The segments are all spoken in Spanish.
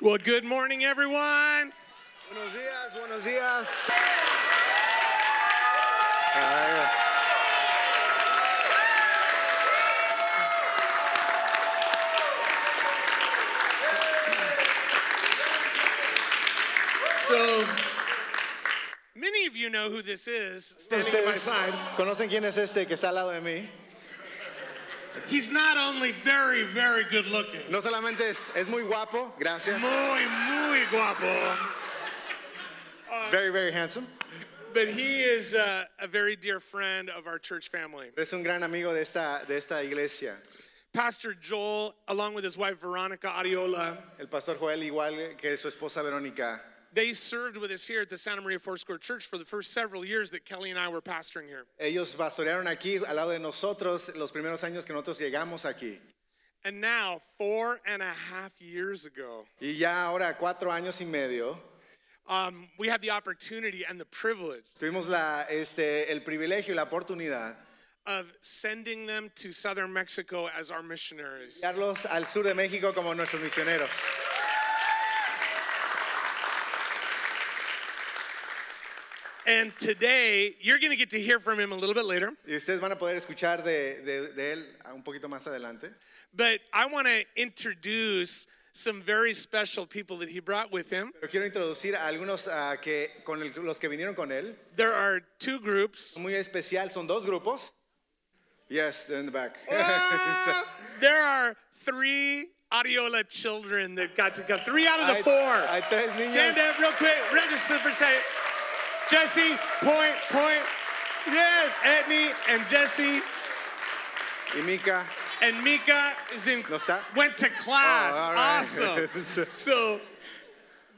Well, good morning, everyone. Buenos días, buenos días. Ah, So, many of you know who this is standing at my Ustedes side. Este conocen quién es este que está al lado de mí. He's not only very, very good looking, No solamente es, es muy guapo, gracias. muy, muy guapo, Very, very handsome. but he is uh, a very dear friend of our church family. Pero es un gran amigo de esta, de esta iglesia. Pastor Joel, along with his wife Veronica Adiola, El pastor Joel, igual que su esposa Verónica, they served with us here at the Santa Maria Foursquare Church for the first several years that Kelly and I were pastoring here. ellos pastorearon aquí al lado de nosotros los primeros años que nosotros llegamos aquí. And now, four and a half years ago, Y ya ahora, cuatro años y medio, um, we had the opportunity and the privilege tuvimos la, este, el privilegio y la oportunidad of sending them to southern Mexico as our missionaries. de enviarlos al sur de México como nuestros misioneros. And today, you're going to get to hear from him a little bit later, Y ustedes van a poder escuchar de, de- de él un poquito más adelante. but I want to introduce some very special people that he brought with him. Pero quiero introducir a algunos ah, que, con el- los que vinieron con él. There are two groups. Muy especial, son dos grupos. Yes, they're in the back. Uh, there are three Adiola children that got to come. Three out of the Hay- four. hay tres niños. Stand up real quick. Register for a second. Jesse, point, point. Yes, Etney and Jesse. y Mika. And Mika is in No está? went to class. Oh, all right. Awesome. so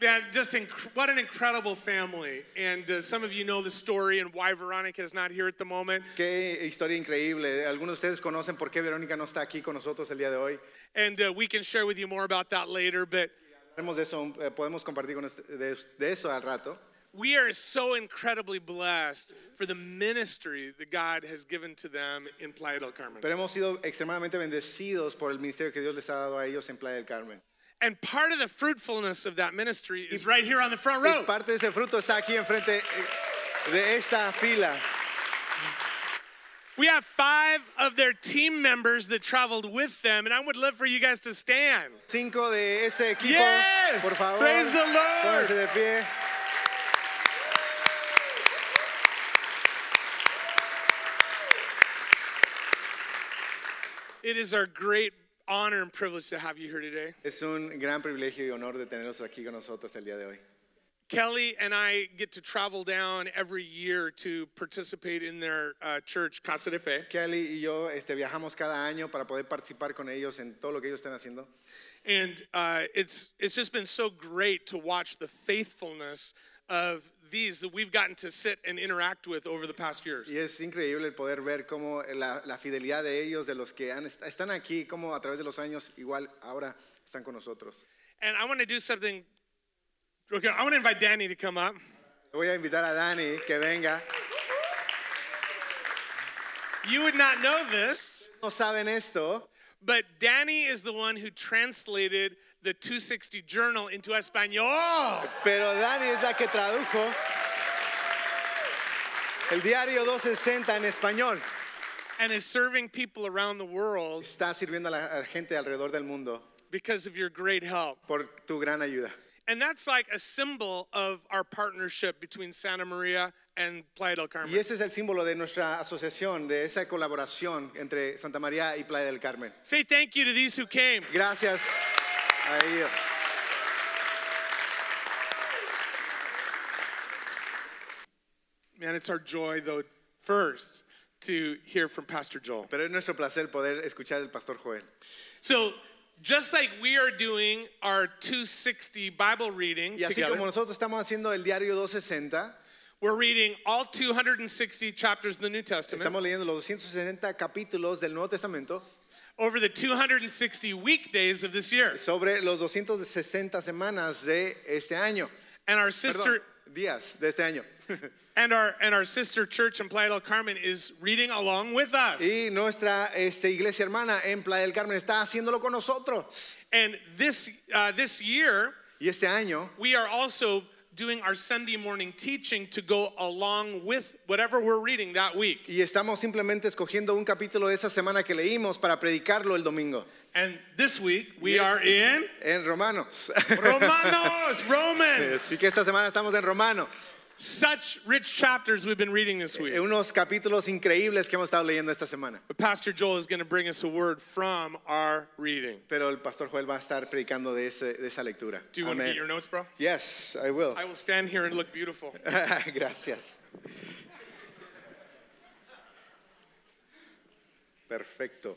yeah, just inc- what an incredible family. And uh, some of you know the story and why Veronica is not here at the moment. Qué historia increíble. Algunos de ustedes conocen por qué Verónica no está aquí con nosotros el día de hoy. And uh, we can share with you more about that later. But Hablaremos de eso, eh, podemos compartir con este- de, de eso al rato. we are so incredibly blessed for the ministry that God has given to them in Playa del Carmen. Pero hemos sido extremadamente bendecidos por el ministerio que Dios les ha dado a ellos en Playa del Carmen. And part of the fruitfulness of that ministry is right here on the front Y row. parte de ese fruto está aquí enfrente eh, de esta fila. We have five of their team members that traveled with them, and I would love for you guys to stand. Cinco de ese equipo, Yes! por favor. Praise the Lord! Pónganse de pie. It is our great honor and privilege to have you here today. Es un gran privilegio y honor de tenerlos aquí con nosotros el día de hoy. Kelly and I get to travel down every year to participate in their uh, church, Casa de Fe. Kelly y yo este, viajamos cada año para poder participar con ellos en todo lo que ellos están haciendo. And uh, it's, it's just been so great to watch the faithfulness of these that we've gotten to sit and interact with over the past years. Y es increíble el poder ver cómo eh, la, la fidelidad de ellos, de los que han est- están aquí, cómo a través de los años igual ahora están con nosotros. And I want to do something. Okay, I want to invite Danny to come up. Voy a invitar a Dani que venga. You would not know this, No saben esto, but Danny is the one who translated the 260 Journal into Espanol. pero Dani es la que tradujo el diario 260 en español. and is serving people around the world Está sirviendo a la a la gente alrededor del mundo because of your great help. por tu gran ayuda. And that's like a symbol of our partnership between Santa Maria and Playa del Carmen. Y ese es el símbolo de nuestra asociación, de esa colaboración entre Santa María y Playa del Carmen. Say thank you to these who came. Gracias a ellos. Man, it's our joy, though, first to hear from Pastor Joel. Pero es nuestro placer poder escuchar al pastor Joel. So, just like we are doing our 260 Bible reading Y así together, como nosotros estamos haciendo el diario 260, we're reading all 260 chapters of the New Testament estamos leyendo los 260 capítulos del Nuevo Testamento over the 260 weekdays of this year. sobre los 260 semanas de este año. And our Perdón, sister días de este año. And our and our sister church in Playa del Carmen is reading along with us. Y nuestra este, iglesia hermana en Playa del Carmen está haciéndolo con nosotros. And this uh, this year, Y este año we are also doing our Sunday morning teaching to go along with whatever we're reading that week. y estamos simplemente escogiendo un capítulo de esa semana que leímos para predicarlo el domingo And this week we are in en Romanos. Romanos, Así Romans. que esta semana estamos en Romanos. Such rich chapters we've been reading this Eh, week. Unos capítulos increíbles que hemos estado leyendo esta semana. But Pastor Joel is going to bring us a word from our reading. Pero el pastor Joel va a estar predicando de, ese- de esa lectura. Do you want to Amén. get your notes, bro? Yes, I will. I will stand here and look beautiful. Gracias. Perfecto.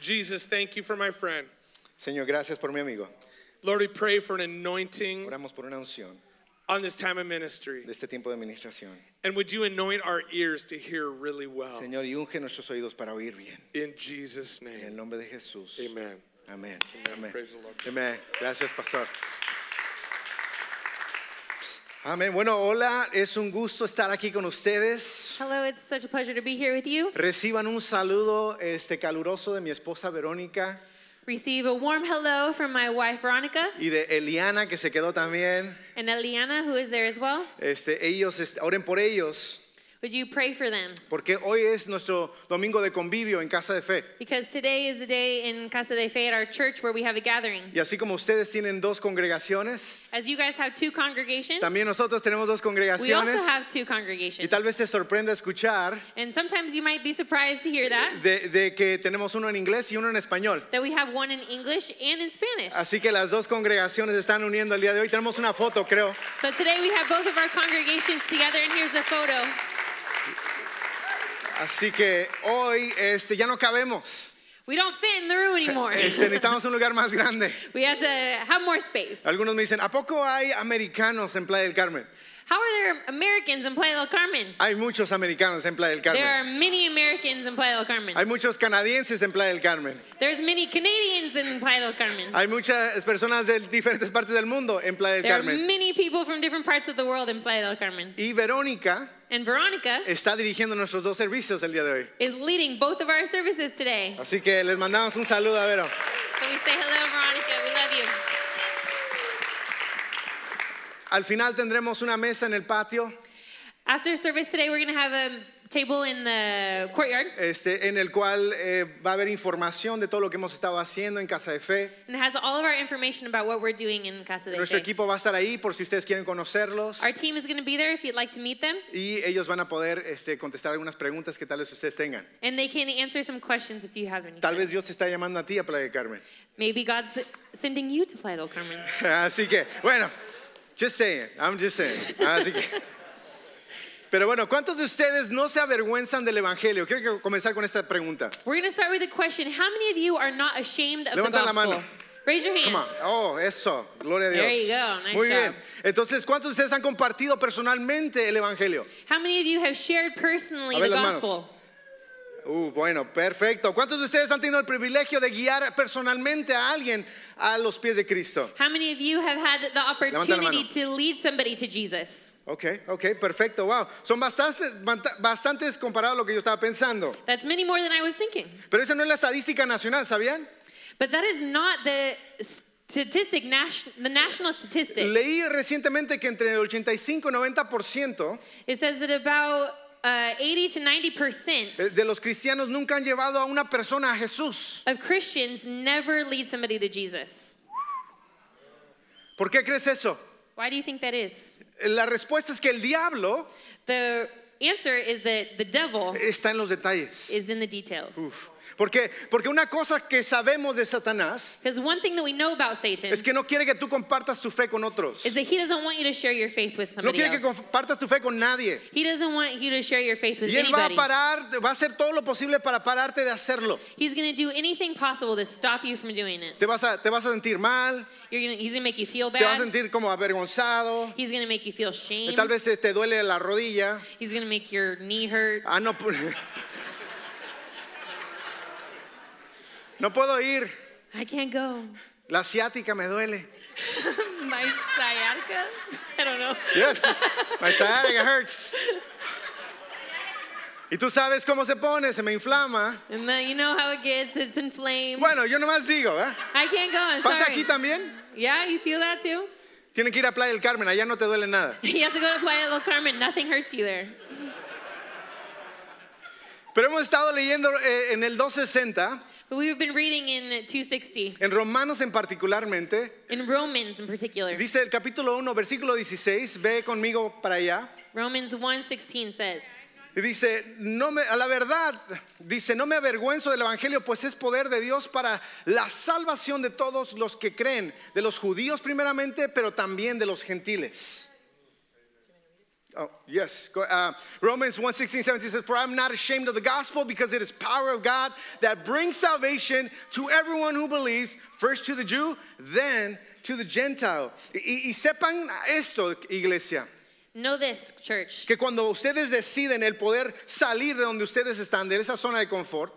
Jesus, thank you for my friend. Señor, gracias por mi amigo. Lord, we pray for an anointing Oramos por una unción on this time of ministry. de este tiempo de administración. And would you anoint our ears to hear really well? Señor, y unge nuestros oídos para oír bien. In Jesus' En el name. nombre de Jesús. Amen. Amén. Amén. Praise the Lord. Amén. Gracias, pastor. Amén. Bueno, hola, es un gusto estar aquí con ustedes. Hello, it's such a pleasure to be here with you. Reciban un saludo este caluroso de mi esposa Verónica Receive a warm hello from my wife Veronica y de Eliana que se quedó también. and Eliana, who is there as well. Este, ellos este, oren por ellos, Would you pray for them? porque hoy es nuestro domingo de convivio en Casa de Fe. Because today is the day in Casa de Fe at our church where we have a gathering. Y así como ustedes tienen dos congregaciones, As you guys have two congregations, también nosotros tenemos dos we also congregaciones. have two Y congregations. tal vez te sorprenda escuchar And sometimes you might be surprised to hear that, de, de que tenemos uno en inglés y uno en español. that we have one in English and in Spanish. Así que las dos congregaciones se están uniendo el día de hoy. Tenemos una foto, creo. So today we have both of our congregations together, and here's a photo. Así que hoy este, ya no cabemos. We don't fit in the room anymore. Este, necesitamos un lugar más grande. we have to have more space. Algunos me dicen, ¿a poco hay americanos en Playa del Carmen? How are there Americans in Playa del Carmen? Hay muchos americanos en Playa del There Carmen. are many Americans in Playa del Carmen. Hay muchos canadienses en Playa del Carmen. There's many Canadians in Playa del Carmen. Hay muchas personas de diferentes partes del mundo en Playa del There are Carmen. many people from different parts of the world in Playa del Carmen. Y Verónica And Veronica está dirigiendo nuestros dos servicios el día de hoy. is leading both of our services today. Así que les mandamos un saludo a Vero. So we say hello, Veronica. We love you. Al final tendremos una mesa en el patio, After service today, we're going to have a table in the courtyard. este, en el cual eh, va a haber información de todo lo que hemos estado haciendo en Casa de Fe. And it has all of our information about what we're doing in Casa de Nuestro Fe. equipo va a estar ahí por si ustedes quieren conocerlos. Our team is going to be there if you'd like to meet them. Y ellos van a poder este, contestar algunas preguntas que tal vez ustedes tengan. And they can answer some questions if you have any. Tal vez Dios te está llamando a ti a Playa del Carmen. Maybe God's sending you to Playa del Carmen. Así que, bueno, just saying, I'm just saying. Así que. Pero bueno, ¿cuántos de ustedes no se avergüenzan del Evangelio? Quiero que- comenzar con esta pregunta. We're going to start with a question. How many of you are not ashamed of Levanta the la gospel? mano. Raise your Come on. hands. Oh, eso, gloria a Dios. There you go, nice Muy job. bien. Entonces, ¿cuántos de ustedes han compartido personalmente el Evangelio? How many of you have shared personally A ver the las manos. gospel? Uh, bueno, perfecto. ¿Cuántos de ustedes han tenido el privilegio de guiar personalmente a alguien a los pies de Cristo? How many of you have had the opportunity mano. to lead somebody to Jesus? Ok, ok, perfecto. Wow, son bastantes, bastantes comparado a lo que yo estaba pensando. That's many more than I was thinking. Pero esa no es la estadística nacional, ¿sabían? But that is not the statistic, nas- the national statistic. Leí recientemente que entre el 85 y 90% it says that about uh, 80 to 90 percent eh, de los cristianos nunca han llevado a una persona a Jesús. of Christians never lead somebody to Jesus. ¿Por qué crees eso? Eh, Why do you think that is? La respuesta es que el diablo The answer is that the devil está en los detalles. is in the details. ¿Por qué? Porque una cosa que sabemos de Satanás Because one thing that we know about Satan es que no quiere que tú compartas tu fe con otros. is that he doesn't want you to share your faith with No somebody quiere que else. compartas tu fe con nadie. He doesn't want you to share your faith with Y él va a anybody. parar, va a hacer todo lo posible para pararte de hacerlo. He's going to do anything possible to stop you from doing it. Te vas a, te vas a sentir mal, You're gonna, he's going to make you feel te vas a bad. sentir como avergonzado, He's going to make you feel shame. tal vez eh, te duele la rodilla. He's going to make your knee hurt. Ah, no. pu- No puedo ir. I can't go. La ciática me duele. My sciatica? I don't know. Yes. My sciatica hurts. Y tú sabes cómo se pone, se me inflama. And then you know how it gets. It's inflamed. Bueno, yo nomás digo, ¿verdad? I can't go. I'm ¿Pasa sorry. aquí también? Yeah, you feel that too? Tienen que ir a Playa del Carmen, allá no te duele nada. You have to go to Playa del Carmen. Nothing hurts you there. Pero hemos estado leyendo eh, en el 260, But we've been reading in 260, en Romanos en particularmente, in Romans in particular. dice el capítulo 1, versículo 16, ve conmigo para allá. Romans 1:16 says, Y dice, no me, a la verdad, dice, no me avergüenzo del Evangelio, pues es poder de Dios para la salvación de todos los que creen, de los judíos primeramente, pero también de los gentiles. Oh, yes. Go- uh, Romans 1 16, 17 says, For I'm not ashamed of the gospel because it is power of God that brings salvation to everyone who believes, first to the Jew, then to the Gentile. Y- y- y sepan esto, iglesia "Know this, church, que cuando ustedes deciden el poder salir de donde ustedes están, de esa zona de confort,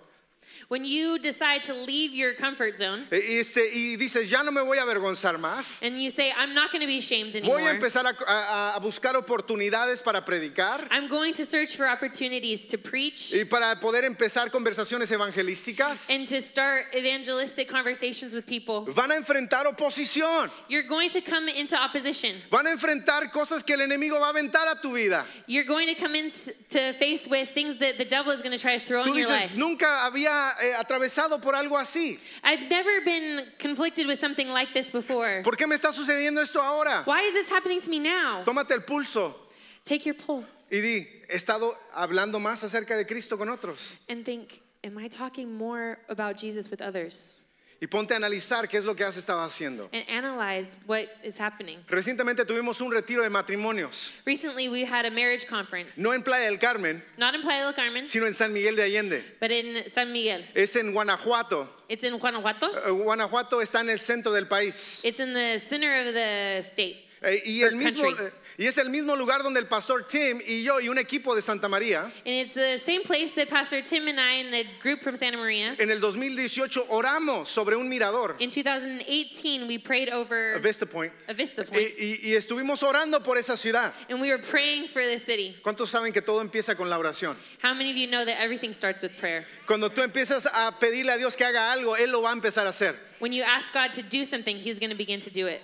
when you decide to leave your comfort zone eh, este, y dices, ya no me voy a avergonzar más, and you say, I'm not going to be ashamed voy a anymore. empezar a, a- a buscar oportunidades para predicar I'm going to search for opportunities to preach y para poder empezar conversaciones evangelísticas, and to start evangelistic conversations with people. van a enfrentar oposición, You're going to come into opposition. van a enfrentar cosas que el enemigo va a aventar a tu vida. You're going to come in s- to face with things that the devil is going to try to throw Tú in your dices, life. nunca había eh, atravesado por algo así. I've never been conflicted with something like this before. ¿Por qué me está sucediendo esto ahora? Why is this happening to me now? Tómate el pulso Take your pulse y di, he estado hablando más acerca de Cristo con otros. and think, am I talking more about Jesus with others? y ponte a analizar qué es lo que has estado haciendo. And analyze what is happening. Recientemente tuvimos un retiro de matrimonios, Recently, we had a marriage conference, no en Playa del Carmen, not in Playa del Carmen, sino en San Miguel de Allende. but in San Miguel. Es en Guanajuato. It's in Guanajuato. Eh, Guanajuato está en el centro del país. It's in the center of the state. Eh, y, Or el mismo, country. eh, y es el mismo lugar donde el pastor Tim y yo y un equipo de Santa María And it's the same place that Pastor Tim and I and the group from Santa Maria en el 2018 oramos sobre un mirador, in 2018 we prayed over Vista Point, a vista y, point, y- y estuvimos orando por esa ciudad. and we were praying for the city. ¿Cuántos saben que todo empieza con la oración? How many of you know that everything starts with prayer? Cuando tú empiezas a pedirle a Dios que haga algo, Él lo va a empezar a hacer. When you ask God to do something, He's going to begin to do it.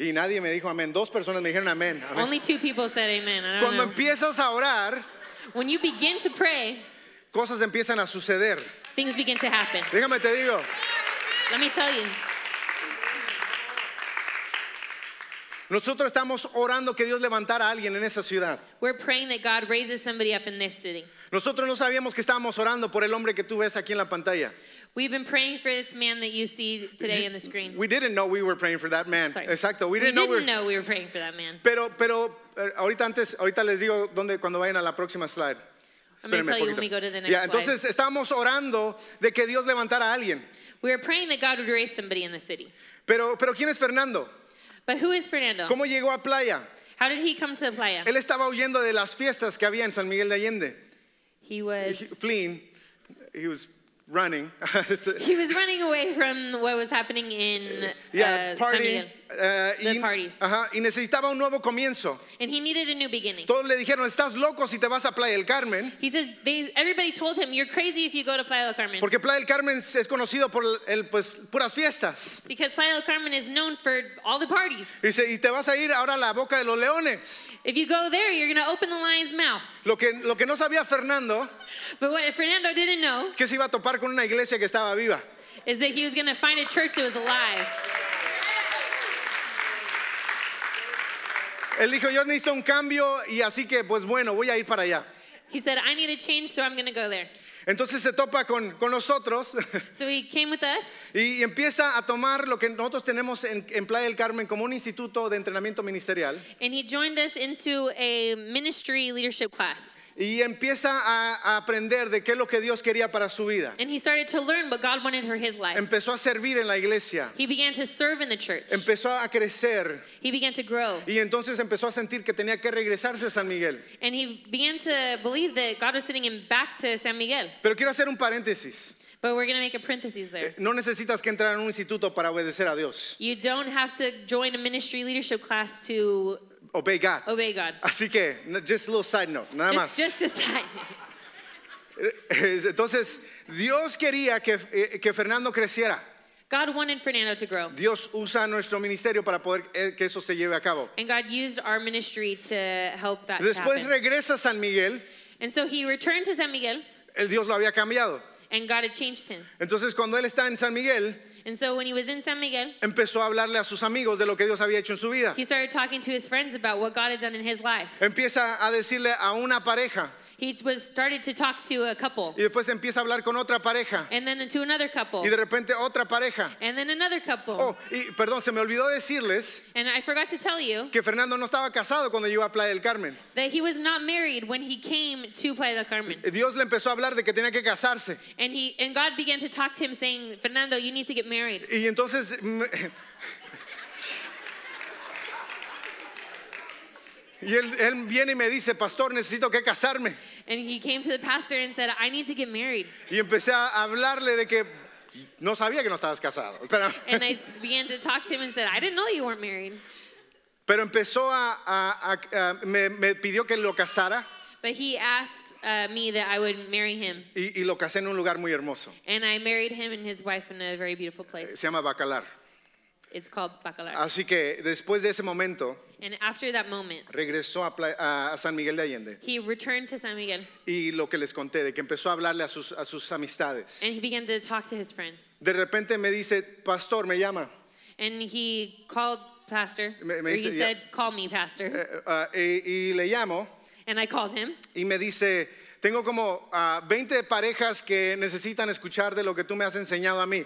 Y nadie me dijo amén. Dos personas me dijeron amén. amén. Only two people said Amen. I don't Cuando know. empiezas a orar, When you begin to pray, cosas empiezan a suceder. things begin to happen. Déjame te digo, Let me tell you, nosotros estamos orando que Dios levantara a alguien en esa ciudad. we're praying that God raises somebody up in this city. Nosotros no sabíamos que estábamos orando por el hombre que tú ves aquí en la pantalla. We've been praying for this man that you see today on the screen. We didn't know we were praying for that man. Sorry. Exacto, we didn't know we were- know we were praying for that man. Pero pero eh, ahorita antes, ahorita les digo dónde cuando vayan a la próxima slide. I'm gonna Espérenme tell you when poquito. we go to the next Ya, slide. entonces estábamos orando de que Dios levantara a alguien. We were praying that God would raise somebody in the city. Pero pero quién es Fernando? But who is Fernando? ¿Cómo llegó a Playa? How did he come to Playa? Él estaba huyendo de las fiestas que había en San Miguel de Allende. He He- was fleeing. He was running. Este, he was running away from what was happening in Eh, yeah, uh, San party. Miguel. uh, The y, parties. ajá, y necesitaba un nuevo comienzo. and he needed a new beginning. Todos le dijeron, estás loco si te vas a Playa del Carmen. He says they, everybody told him, "You're crazy if you go to Playa del Carmen." Porque Playa del Carmen es es conocido por el, pues, puras fiestas. Because Playa del Carmen is known for all the parties. Dice, y te vas a ir ahora a la boca de los leones. If you go there, you're going to open the lion's mouth. Lo que, lo que no sabía Fernando But what Fernando didn't know es que se iba a topar con una iglesia que estaba viva. is that he was going to find a church that was alive. Él dijo, yo necesito un cambio y así que, pues bueno, voy a ir para allá. He said, "I need a change, so I'm going to go there." Entonces se topa con, con nosotros So he came with us. Y empieza a tomar lo que nosotros tenemos en, en Playa del Carmen como un instituto de entrenamiento ministerial And he joined us into a ministry leadership class. y empieza a, a aprender de qué es lo que Dios quería para su vida. And he started to learn what God wanted for his life. Empezó a servir en la iglesia, He began to serve in the church. empezó a crecer He began to grow. y entonces empezó a sentir que tenía que regresarse a San Miguel. And he began to believe that God was sending him back to San Miguel. Pero quiero hacer un paréntesis. But we're going to make a paréntesis there. No necesitas que entrar en un instituto para obedecer a Dios. You don't have to join a ministry leadership class to Obey God. obey God. Así que, no- just a little side note, nada más. Just, just decide. Entonces, Dios quería que, eh, que Fernando creciera. God wanted Fernando to grow. Dios usa nuestro ministerio para poder eh, que eso se lleve a cabo. And God used our ministry to help that to Después happen. regresa a San Miguel, And so he returned to San Miguel, el Dios lo había cambiado. and God had changed him. Entonces cuando él está en San Miguel, And so when he was in San Miguel, empezó a hablarle a sus amigos de lo que Dios había hecho en su vida. he started talking to his friends about what God had done in his life. Empieza a decirle a una pareja He was started to talk to a couple, y después empieza a hablar con otra pareja and then to another couple, y de repente otra pareja. and then another couple. Oh, y perdón, se me olvidó decirles And I forgot to tell you que Fernando no estaba casado cuando llegó a Playa del Carmen. that he was not married when he came to Playa del Carmen. Dios le empezó a hablar de que tenía que casarse. And he and God began to talk to him saying, "Fernando, you need to get married." Y entonces mm, me- Y él, él viene y me dice, pastor, necesito que casarme. And he came to the pastor and said, "I need to get married." Y empecé a hablarle de que no sabía que no estabas casado. Pero, And I s- began to talk to him and said, "I didn't know you weren't married." pero empezó a... a- a- a- me, me pidió que lo casara But he asked uh, me that I would marry him, y, y lo casé en un lugar muy hermoso. and I married him and his wife in a very beautiful place. Se llama Bacalar. It's called Bacalar. Así que después de ese momento And after that moment, regresó a, Pla- a- a San Miguel de Allende. he returned to San Miguel Y lo que les conté, de que empezó a hablarle a sus, a sus amistades. and he began to talk to his friends. De repente me dice, pastor, me llama. And he called pastor, Me- me or dice, he "Ya- said, "Call me pastor," Eh, ah, y, y le llamo and I called him. y me dice, tengo como ah, 20 parejas que necesitan escuchar de lo que tú me has enseñado a mí.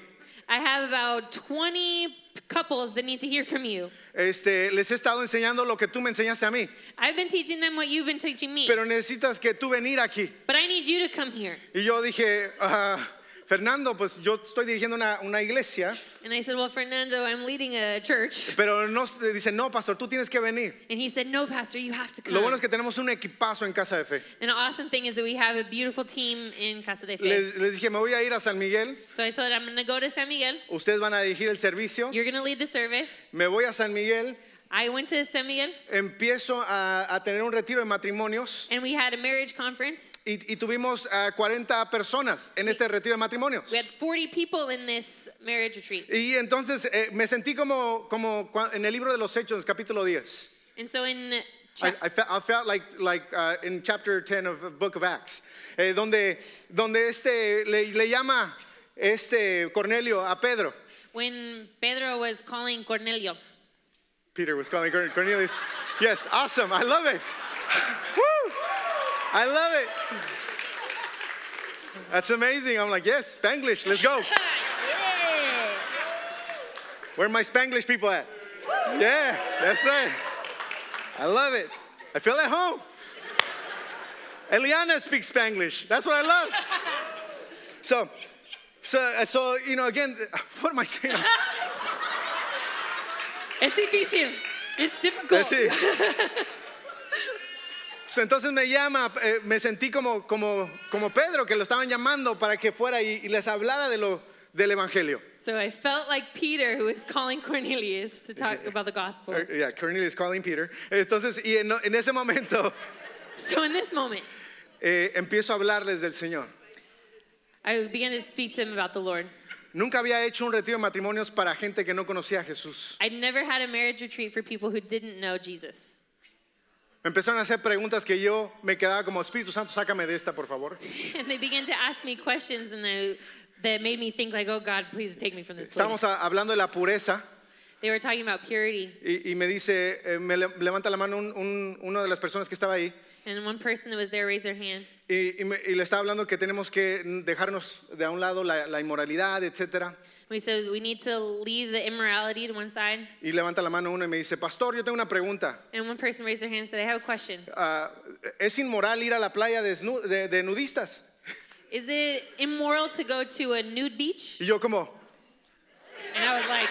I have about 20 couples that need to hear from you. Este, les he estado enseñando lo que tú me enseñaste a mí, I've been teaching them what you've been teaching me, pero necesitas que tú venir aquí. but I need you to come here. Y yo dije, "Ah, Fernando, pues yo estoy dirigiendo una, una iglesia, And I said, "Well, Fernando, I'm leading a church." pero no, dice, no, pastor, tú tienes que venir. And he said, "No, pastor, you have to come." Lo bueno es que tenemos un equipazo en Casa de Fe. An awesome thing is that we have a beautiful team in Casa de Fe. Les, les dije, me voy a ir a San Miguel, so I told her, I'm going to go to San Miguel. ustedes van a dirigir el servicio, You're going to lead the service. me voy a San Miguel, I went to San Miguel empiezo a, a tener un retiro de matrimonios and we had a marriage conference. y, y tuvimos a 40 personas en este retiro de matrimonios. We had 40 people in this marriage retreat. Y entonces eh, me sentí como, como cua- en el libro de los Hechos, capítulo 10. And so in I, chap- I fe- I felt like, like uh, in chapter 10 of the book of Acts, eh, donde, donde este, le, le llama este Cornelio a Pedro. when Pedro was calling Cornelio, Peter was calling Corn- Cornelius. Yes, awesome. I love it. Woo! I love it. That's amazing. I'm like, yes, Spanglish, let's go. Where my Spanglish people at? Yeah, that's right. I love it. I feel at home. Eliana speaks Spanglish. That's what I love. So, so, uh, so you know, again, what am I saying? es difícil. It's difficult. Así. So, Pues Entonces me llama, eh, me sentí como, como, como Pedro, que lo estaban llamando para que fuera y, y les hablara de lo, del Evangelio. So I felt like Peter, who was calling Cornelius to talk about the gospel. Eh, yeah, Cornelius calling Peter. Entonces, y en, en ese momento So in this moment, eh, empiezo a hablarles del Señor. I began to speak to him about the Lord. Nunca había hecho un retiro de matrimonios para gente que no conocía a Jesús. I'd never had a marriage retreat for people who didn't know Jesus. Me empezaron a hacer preguntas que yo me quedaba como, Espíritu Santo, sácame de esta, por favor. And they began to ask me questions and I, that made me think like, oh God, please take me from this place. Estábamos a- hablando de la pureza. They were talking about purity. Y, y me dice, eh, me le- levanta la mano un- un- una de las personas que estaba ahí And one person that was there raised their hand. y, y me- y le estaba hablando que tenemos que dejarnos de a un lado la, la inmoralidad, etcétera. We said, we need to leave the immorality to one side. Y levanta la mano uno y me dice, pastor, yo tengo una pregunta. And one person raised their hand and said, I have a question. Ah, ¿Es inmoral ir a la playa desnu- de, de nudistas? Is it immoral to go to a nude beach? Y yo como, And I was like,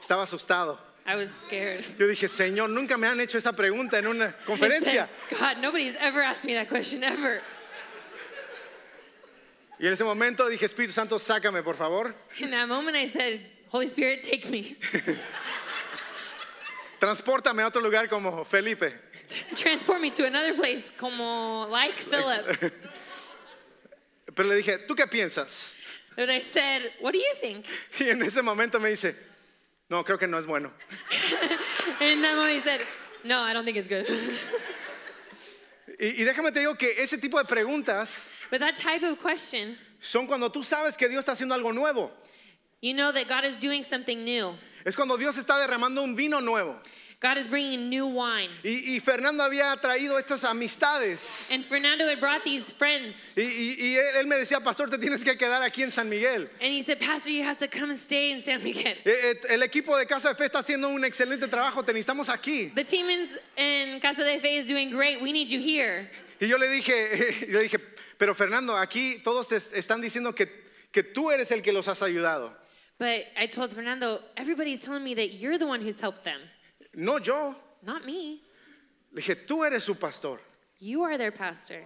estaba asustado. I was scared. Yo dije, Señor, nunca me han hecho esa pregunta en una I conferencia. said, God, nobody's ever asked me that question ever. Y en ese momento dije, Espíritu Santo, sácame, por favor. In that moment, I said, Holy Spirit, take me. Transpórtame a otro lugar como Felipe. Transform me to another place, como like Philip. Pero le dije, ¿tú qué piensas? And I said, What do you think? Y en ese momento me dice, no, creo que no es bueno. And that moment he said, No, I don't think it's good. Y, y déjame te digo que ese tipo de preguntas but that type of question, son cuando tú sabes que Dios está haciendo algo nuevo. you know that God is doing something new. Es cuando Dios está derramando un vino nuevo. God is bringing new wine. Y, y Fernando había traído estas amistades. And Fernando had brought these friends. Y, y- y él, él me decía, pastor, te tienes que quedar aquí en San Miguel. And he said, Pastor, you have to come and stay in San Miguel. Eh, eh, El equipo de Casa de Fe está haciendo un excelente trabajo, te necesitamos aquí. The team in, in Casa de Fe is doing great. We need you here. Y yo le dije, yo le dije, pero Fernando, aquí todos te están diciendo que, que tú eres el que los has ayudado. But I told Fernando, everybody's telling me that you're the one who's helped them, No yo. not me. Le dije, tú eres su pastor. You are their pastor.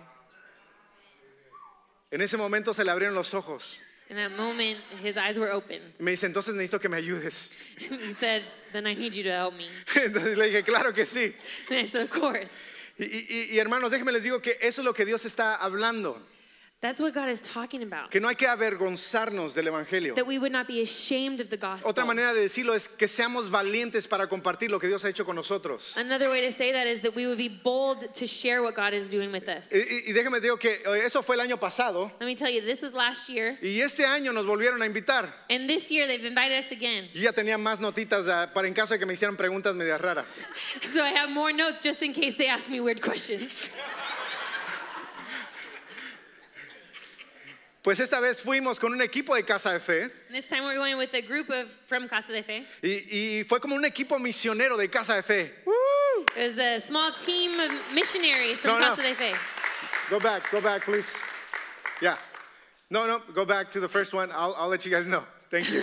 En ese momento se le abrieron los ojos. In that moment, his eyes were open. Y Me dice, entonces necesito que me ayudes. he said, Then I need you to help me. Entonces le dije, claro que sí. And I said, Of course. Y, y- y, hermanos, déjenme les digo que eso es lo que Dios está hablando. That's what God is talking about. Que no hay que avergonzarnos del Evangelio. That we would not be ashamed of the gospel. Otra manera de decirlo es que seamos valientes para compartir lo que Dios ha hecho con nosotros. Another way to say that is that we would be bold to share what God is doing with us. Y, y- y déjame digo que eh, eso fue el año pasado. Let me tell you, this was last year, Y este año nos volvieron a invitar. and this year they've invited us again. Yo ya tenía más notitas ah, para en caso de que me hicieran preguntas medias raras. So I have more notes just in case they ask me weird questions. Pues esta vez fuimos con un equipo de Casa de Fe. And this time we're going with a group of from Casa de Fe. Y, y fue como un equipo misionero de Casa de Fe. Uh, It was a small team of missionaries No, from no. Casa de Fe. Go back, go back, please. Yeah. No, no, go back to the first one. I'll, I'll let you guys know. Thank you.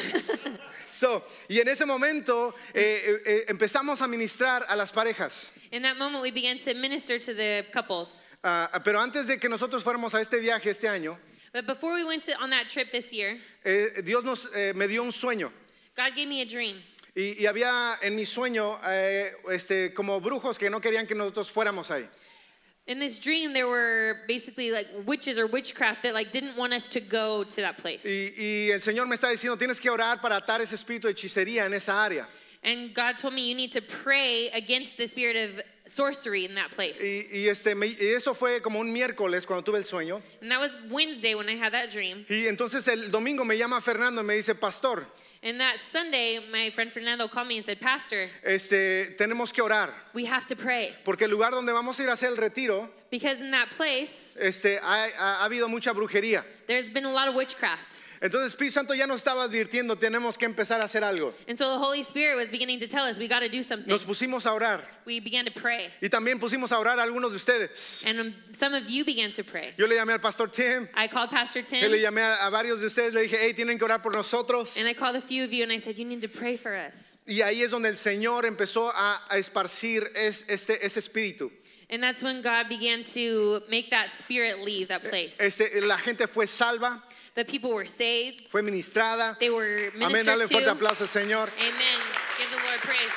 So, y en ese momento eh, eh, eh, empezamos a ministrar a las parejas. In that moment, we began to minister to the couples. Ah, pero antes de que nosotros fuéramos a este viaje este año, But before we went to, on that trip this year, eh, Dios nos, eh, me dio un sueño. God gave me a dream. Y, y había en mi sueño eh, este, como brujos que no querían que nosotros fuéramos ahí. In this dream, there were basically like witches or witchcraft that like didn't want us to go to that place. E- Y, y el Señor me está diciendo, tienes que orar para atar ese espíritu de hechicería en esa área. And God told me you need to pray against the spirit of sorcery in that place. Y, y, este, me- y eso fue como un miércoles cuando tuve el sueño. And that was Wednesday when I had that dream. Y entonces el domingo me llama Fernando y me dice, pastor, And that Sunday, my friend Fernando called me and said, Pastor, este, tenemos que orar. we have to pray. Porque el lugar donde vamos a ir a hacer el retiro, Because in that place, este, ha, ha- ha habido mucha brujería. there's been a lot of witchcraft. Entonces Espíritu Santo ya nos estaba advirtiendo, tenemos que empezar a hacer algo. And so the Holy Spirit was beginning to tell us we got to do something. Nos pusimos a orar. We began to pray. Y también pusimos a orar a algunos de ustedes. And um, some of you began to pray. Yo le llamé al pastor Tim, I called Pastor yo le Tim llamé a, a varios de ustedes, le dije, hey, tienen que orar por nosotros. and I called a few of you and I said, You need to pray for us. Y ahí es donde el Señor empezó a, a esparcir es- este, ese espíritu. And that's when God began to make that spirit leave that Eh, place. Este, la gente fue salva, The people were saved. fue ministrada. They were Amén, ministered dale to. fuerte aplauso al Señor. Amen. Give the Lord praise.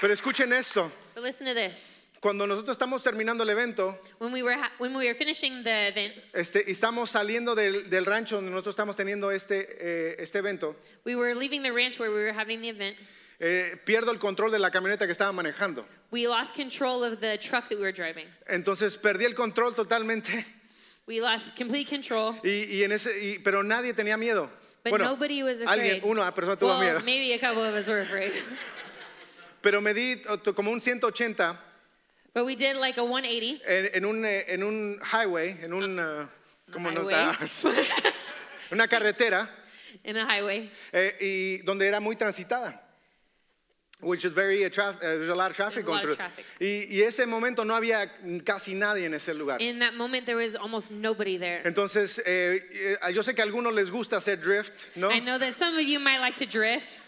Pero escuchen esto, But listen to this. cuando nosotros estamos terminando el evento When we were ha- when we were finishing the event, este, y estamos saliendo del, del rancho donde nosotros estamos teniendo este, eh, este evento, we were leaving the ranch where we were having the event. eh, pierdo el control de la camioneta que estaba manejando. We lost control of the truck that we were driving. Entonces perdí el control totalmente, We lost complete control. y, y en ese, y- pero nadie tenía miedo. But Bueno, nobody was alguien, afraid. una persona tuvo well, miedo. maybe a couple of us were afraid. Pero me di to- como un 180 But we did like a 180. en, en un, eh, en un highway, en un... eh, ¿cómo nos Ah. highway. da? una carretera. in a highway Eh, y donde era muy transitada. Which is very, uh, traf- uh, there's a lot of traffic There's a lot going of through. traffic. Y, y ese momento no había casi nadie en ese lugar. in that moment there was almost nobody there Entonces, eh, eh, yo sé que a algunos les gusta hacer drift, ¿no? i know that some of you might like to drift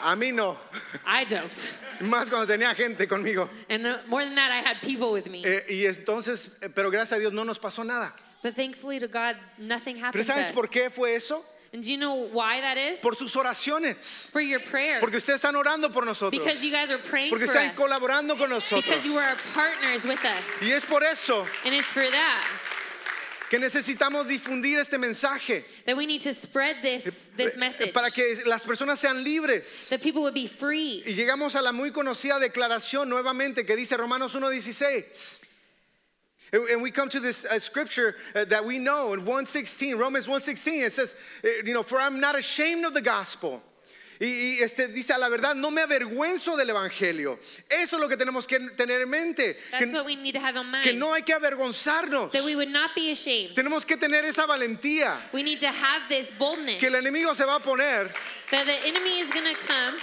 A mí no. i don't Más cuando tenía gente conmigo. and uh, more than that i had people with me Eh, y entonces, eh, pero gracias a Dios no nos pasó nada. but thankfully to god nothing ¿Pero happened to sabes us. por qué fue eso? And do you know why that is? por sus oraciones, For your prayers. porque ustedes están orando por nosotros, Because you guys are praying porque for están us. colaborando con nosotros. Because you are partners with us. Y es por eso And it's for that que necesitamos difundir este mensaje that we need to spread this this message. Eh, para que las personas sean libres. that people would be free. Y llegamos a la muy conocida declaración nuevamente que dice Romanos 1:16. And and we come to this uh, scripture uh, that we know in 1:16, Romans 1:16, it says, uh, you know, for I'm not ashamed of the gospel. Y, y, este dice, a la verdad, no me avergüenzo del evangelio. Eso es lo que tenemos que tener en mente, That's que, what we need to have in mind. que no hay que avergonzarnos. that we would not be ashamed. Tenemos que tener esa valentía we need to have this boldness que el enemigo se va a poner, that the enemy is going to come,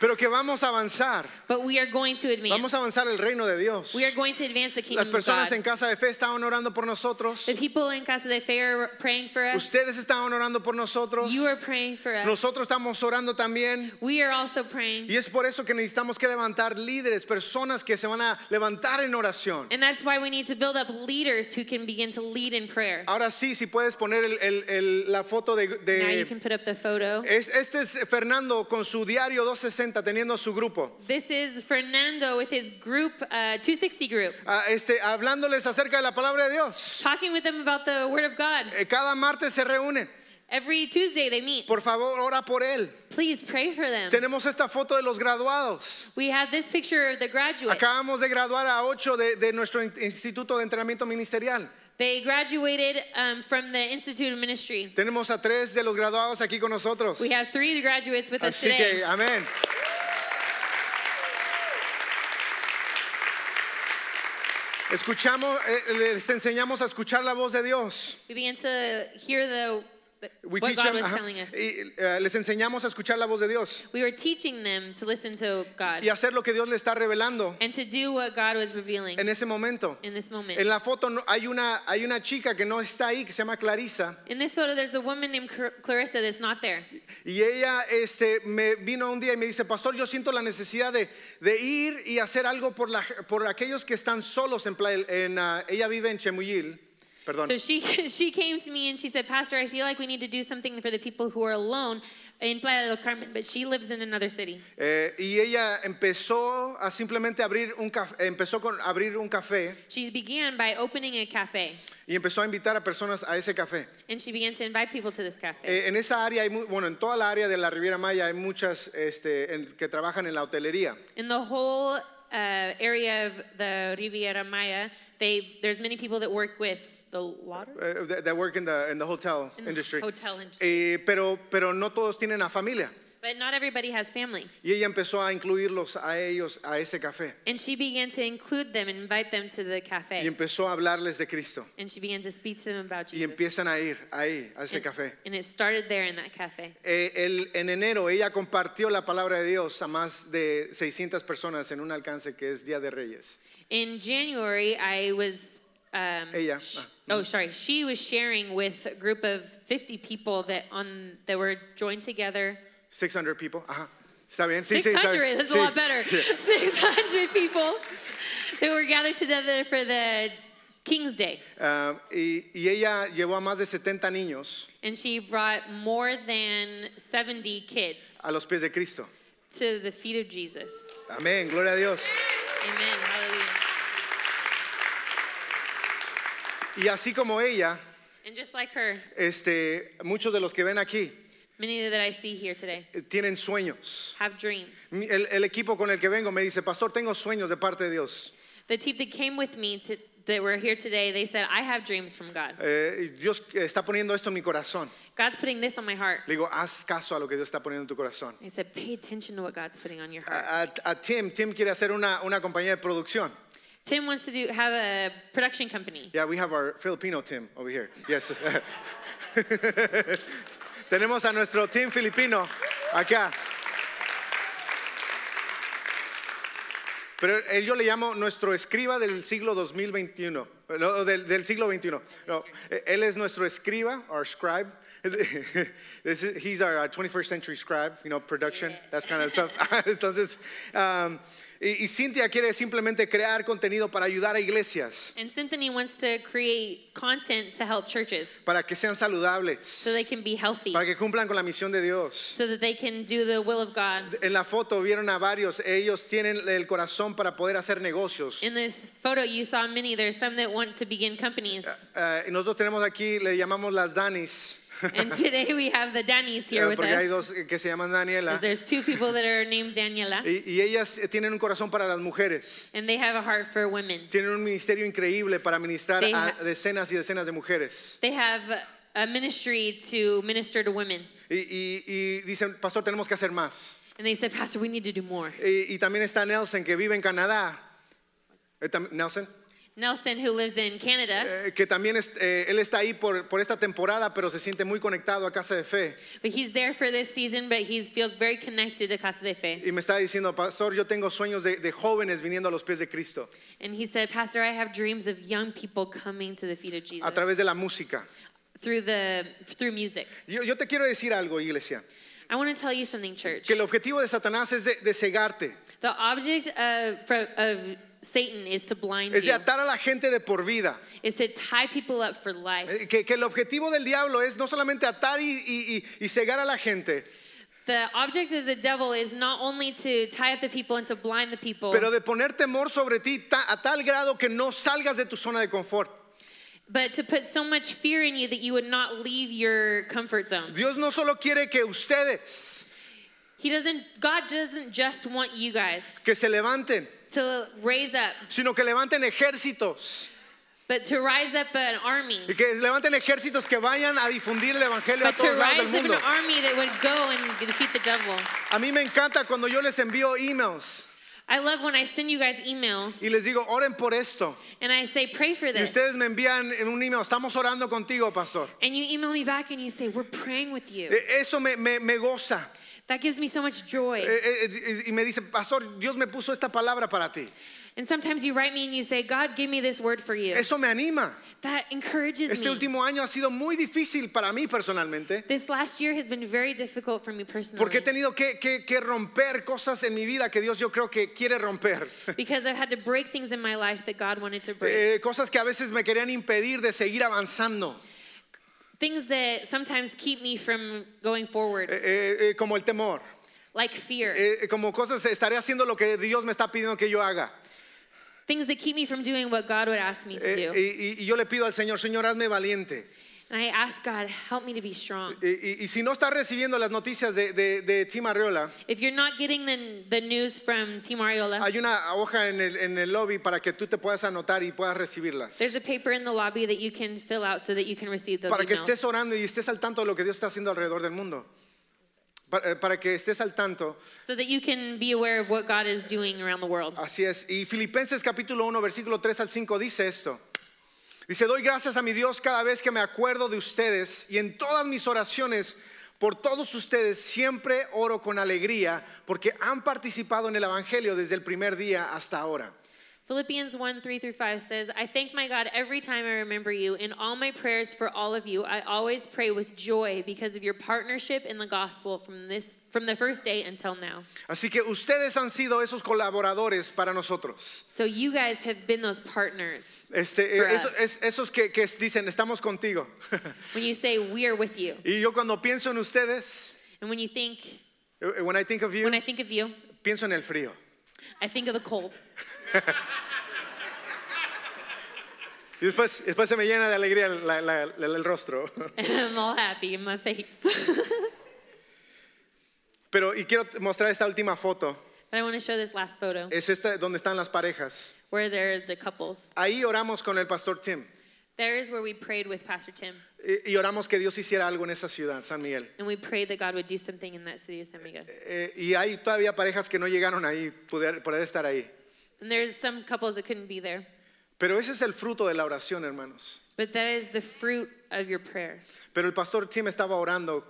pero que vamos a avanzar. but we are going to advance. Vamos a avanzar el reino de Dios. we are going to advance the Las kingdom of personas God. en casa de fe estaban orando por nosotros. the people in Casa de Fe are praying for us. Ustedes estaban orando por nosotros. you are praying for us. Nosotros estamos orando también. we are also praying. Y es por eso que necesitamos que levantar líderes, personas que se van a levantar en oración. and that's why we need to build up leaders who can begin to lead in prayer. Ahora sí, si puedes poner el- el- el- la foto de... de- now you can put up the photo. Es- este es Fernando con su diario 260 teniendo su grupo. This is Fernando with his group, uh, 260 group, Ah, este, hablándoles acerca de la palabra de Dios. talking with them about the Word of God. Eh, Cada martes se reúnen. Every Tuesday they meet. Por favor, ora por él. Please pray for them. Tenemos esta foto de los graduados. We have this picture of the graduates. Acabamos de graduar a ocho de, de nuestro in- Instituto de Entrenamiento Ministerial. They graduated um, from the Institute of Ministry. Tenemos a tres de los graduados aquí con nosotros. We have three graduates with us Así today. que, amén. Escuchamos, eh, les enseñamos a escuchar la voz de Dios. We began to hear the, We what teach God them- was ajá. telling us. Y, eh, les enseñamos a escuchar la voz de Dios We were teaching them to listen to God y hacer lo que Dios le está revelando and to do what God was revealing en ese momento. in this moment. En la foto no- hay, una, hay una chica que no está ahí, que se llama Clarisa. In this photo, there's a woman named Clar- Clarissa that's not there. Y ella este, me vino un día y me dice, pastor, yo siento la necesidad de, de ir y hacer algo por, la- por aquellos que están solos en, Playa- en, ah, ella vive en Chemuyil, perdón. So she she came to me and she said, Pastor, I feel like we need to do something for the people who are alone in Playa del Carmen, but she lives in another city. Eh, y ella empezó a simplemente abrir un café, empezó con abrir un café She began by opening a cafe, y empezó a invitar a personas a ese café. and she began to invite people to this cafe. Eh, en esa área, hay mu- bueno, en toda la área de la Riviera Maya hay muchas este, en- que trabajan en la hotelería. In the whole uh, area of the Riviera Maya, they there's many people that work with the water. eh, that, that work in the, in the hotel In the industry. hotel industry. Eh, pero, pero no todos tienen a familia. But not everybody has family. Y ella empezó a incluirlos a ellos a ese café And she began to include them and invite them to the y cafe. empezó a hablarles de Cristo. And she began to speak to them about Y Jesus. empiezan a ir ahí, a ese and, café. and it started there in that cafe. Eh, el- en enero ella compartió la palabra de Dios a más de 600 personas en un alcance que es Día de Reyes. In January, I was. Um, Ella, sh- ah, oh, sorry. She was sharing with a group of 50 people that on that were joined together. 600 people. Ajá. ¿Está bien? Sí, sí, está 600. bien. that's Sí. a lot better. 600 people that were gathered together for the King's Day, Ah, y, y ella llevó a más de 70 niños and she brought more than 70 kids a los pies de Cristo. to the feet of Jesus. Amén, gloria a Dios. Amen. Hallelujah. Y así como ella, And just like her, este, muchos de los que ven aquí many that I see here today eh, tienen sueños. have dreams. Mi- El, el equipo con el que vengo me dice, pastor, tengo sueños de parte de Dios. The team that came with me to, that were here today, they said, I have dreams from God. Eh, Dios está poniendo esto en mi corazón. God's putting this on my heart. Le digo, haz caso a lo que Dios está poniendo en tu corazón. I said, pay attention to what God's putting on your heart. A, a- a Tim, Tim quiere hacer una, una compañía de producción. Tim wants to do have a production company. Yeah, we have our Filipino Tim over here. Yes. Tenemos a nuestro Tim filipino acá. Pero él yo le llamo nuestro escriba del siglo 2021. no, del, del siglo XXI. No, él es nuestro escriba, our scribe. This is- he's our uh, 21st century scribe, you know, production, that's kind of stuff. Entonces, um, y, y Cintia quiere simplemente crear contenido para ayudar a iglesias, And Symphony wants to create content to help churches para que sean saludables, so they can be healthy, para que cumplan con la misión de Dios. so that they can do the will of God. En la foto vieron a varios, ellos tienen el corazón para poder hacer negocios. In this photo, you saw many. There's some that want to begin companies. Eh, y nosotros tenemos aquí, le llamamos las Danis, And today we have the Dannies eh, here with porque hay us. dos eh, que se llaman 'cause Daniela. There's two people that are named Daniela, Y, y ellas eh, tienen un corazón para las mujeres. and they have a heart for women. Tienen un ministerio increíble para ministrar They a ha- decenas y decenas de mujeres. They have a ministry to minister to women. Y, y- y dicen, pastor, tenemos que hacer más. And they said, Pastor, we need to do more. Y, y también está Nelson, que vive en Canadá. Eh, tam- Nelson, Nelson, who lives in Canada, eh, que también es- eh, él está ahí por, por esta temporada, pero se siente muy conectado a Casa de Fe. but he's there for this season, but he feels very connected to Casa de Fe. Y me está diciendo, pastor, yo tengo sueños de, de jóvenes viniendo a los pies de Cristo And he said, Pastor, I have dreams of young people coming to the feet of Jesus a través de la música. through the through music. Yo, yo te quiero decir algo, iglesia, I want to tell you something, church. que el objetivo de Satanás es de, de cegarte, The object of, for, of Satan is to blind es de you, atar a la gente de por vida. is to tie people up for life. Eh, Que, que el objetivo del diablo es no solamente atar y, y- y- y cegar a la gente, The object of the devil is not only to tie up the people and to blind the people, pero de poner temor sobre ti ta- a tal grado que no salgas de tu zona de confort. but to put so much fear in you that you would not leave your comfort zone. Dios no solo quiere que ustedes, He doesn't, God doesn't just want you guys que se levanten, to raise up, sino que levanten ejércitos, but to rise up an army. y que levanten ejércitos que vayan a difundir el evangelio a But to todos lados del rise up an mundo. army that would go and defeat the devil. A mí me encanta cuando yo les envío emails I love when I send you guys emails y les digo, oren por esto. and I say, pray for Y this. ustedes me envían en un email, estamos orando contigo, pastor. And you email me back and you say, we're praying with you. Eh, Eso me, me- me goza. That gives me so much joy. Eh, eh, eh, Y me dice, pastor, Dios me puso esta palabra para ti. And sometimes you write me and you say, God, give me this word for you. Eso me anima. That encourages Este me. último año ha sido muy difícil para mí personalmente, This last year has been very difficult for me porque personally he tenido que, que- que romper cosas en mi vida que Dios yo creo que quiere romper. because I've had to break things in my life that God wanted to break. Eh, cosas que a veces me querían impedir de seguir avanzando, Things that sometimes keep me from going forward, Eh, eh, eh, como el temor, like fear. Eh, como cosas, estaré haciendo lo que Dios me está pidiendo que yo haga. Things that keep me from doing what God would ask me to Eh, do. y, y- y yo le pido al Señor, Señor, hazme valiente. And I ask God, help me to be strong. Y, y- y si no está recibiendo las noticias de, de, de Tim Arreola, If you're not getting the, the news from Team Ariola, hay una hoja en el, en el lobby para que tú te puedas anotar y puedas recibirlas. there's a paper in the lobby that you can fill out so that you can receive those Para que estés emails. orando y estés al tanto de lo que Dios está haciendo alrededor del mundo. Para, eh, para que estés al tanto, So that you can be aware of what God is doing around the world. así es. Y Filipenses capítulo 1, versículo 3 al 5 dice esto. Dice, doy gracias a mi Dios cada vez que me acuerdo de ustedes y en todas mis oraciones por todos ustedes siempre oro con alegría porque han participado en el Evangelio desde el primer día hasta ahora. Philippians 1 3 through 5 says, I thank my God every time I remember you. In all my prayers for all of you, I always pray with joy because of your partnership in the gospel from this from the first day until now. Así que ustedes han sido esos colaboradores para nosotros. So you guys have been those partners. Este, For eh, eso- us. es- esos que, que dicen, estamos contigo. When you say we are with you, y yo cuando pienso en ustedes, and when you think eh, when I think of you, when I think of you, pienso en el frío. I think of the cold. Y después, después se me llena de alegría la- la- la- el rostro. And I'm all happy in my face. but Pero, y quiero mostrar esta última foto. I want to show this last photo Es esta donde están las parejas. where they're the couples. Ahí oramos con el pastor Tim. There is where we prayed with Pastor Tim. Y, y oramos que Dios hiciera algo en esa ciudad, San Miguel. And we prayed that God would do something in that city of San Miguel. Eh, y hay todavía parejas que no llegaron ahí, poder, poder estar ahí. And there's some couples that couldn't be there. Pero ese es el fruto de la oración, hermanos. But that is the fruit of your prayer. Pero el pastor Tim estaba orando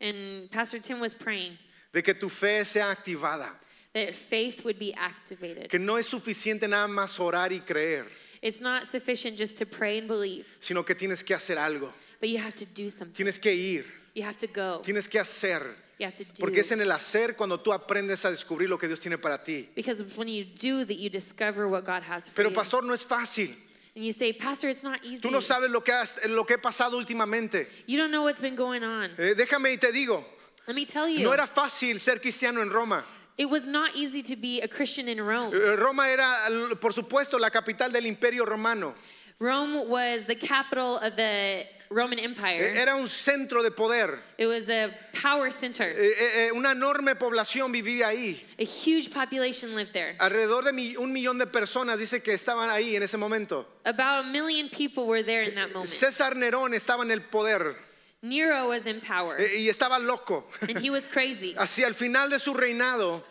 And Pastor Tim was praying de que tu fe sea activada, that faith would be activated. que no es suficiente nada más orar y creer. It's not sufficient just to pray and believe, sino que tienes que hacer algo. but you have to do something. Tienes que ir, You have to go. tienes que hacer. You have to do. Porque es en el hacer cuando tú aprendes a descubrir lo que Dios tiene para ti. Because it's when you do that, you discover what God has for Pero you. pastor, no es fácil. and you say, Pastor, it's not easy. Tú no sabes lo que, has- lo que he pasado últimamente. you don't know what's been going on. Eh, déjame y te digo, Let me tell you, no era fácil ser cristiano en Roma. it was not easy to be a Christian in Rome. Eh, Roma era, l- por supuesto, la capital del imperio romano. Rome was the capital of the Roman Empire. Eh, Era un centro de poder. it was a power center. Eh, eh, eh, una enorme población vivía ahí. a huge population lived there. Alrededor de mi- un millón de personas dice que estaban ahí en ese momento. About a million people were there Eh, in that moment. César Nerón estaba en el poder Nero was in power, eh, ah. y estaba loco. and he was crazy. Hacia el final de su reinado,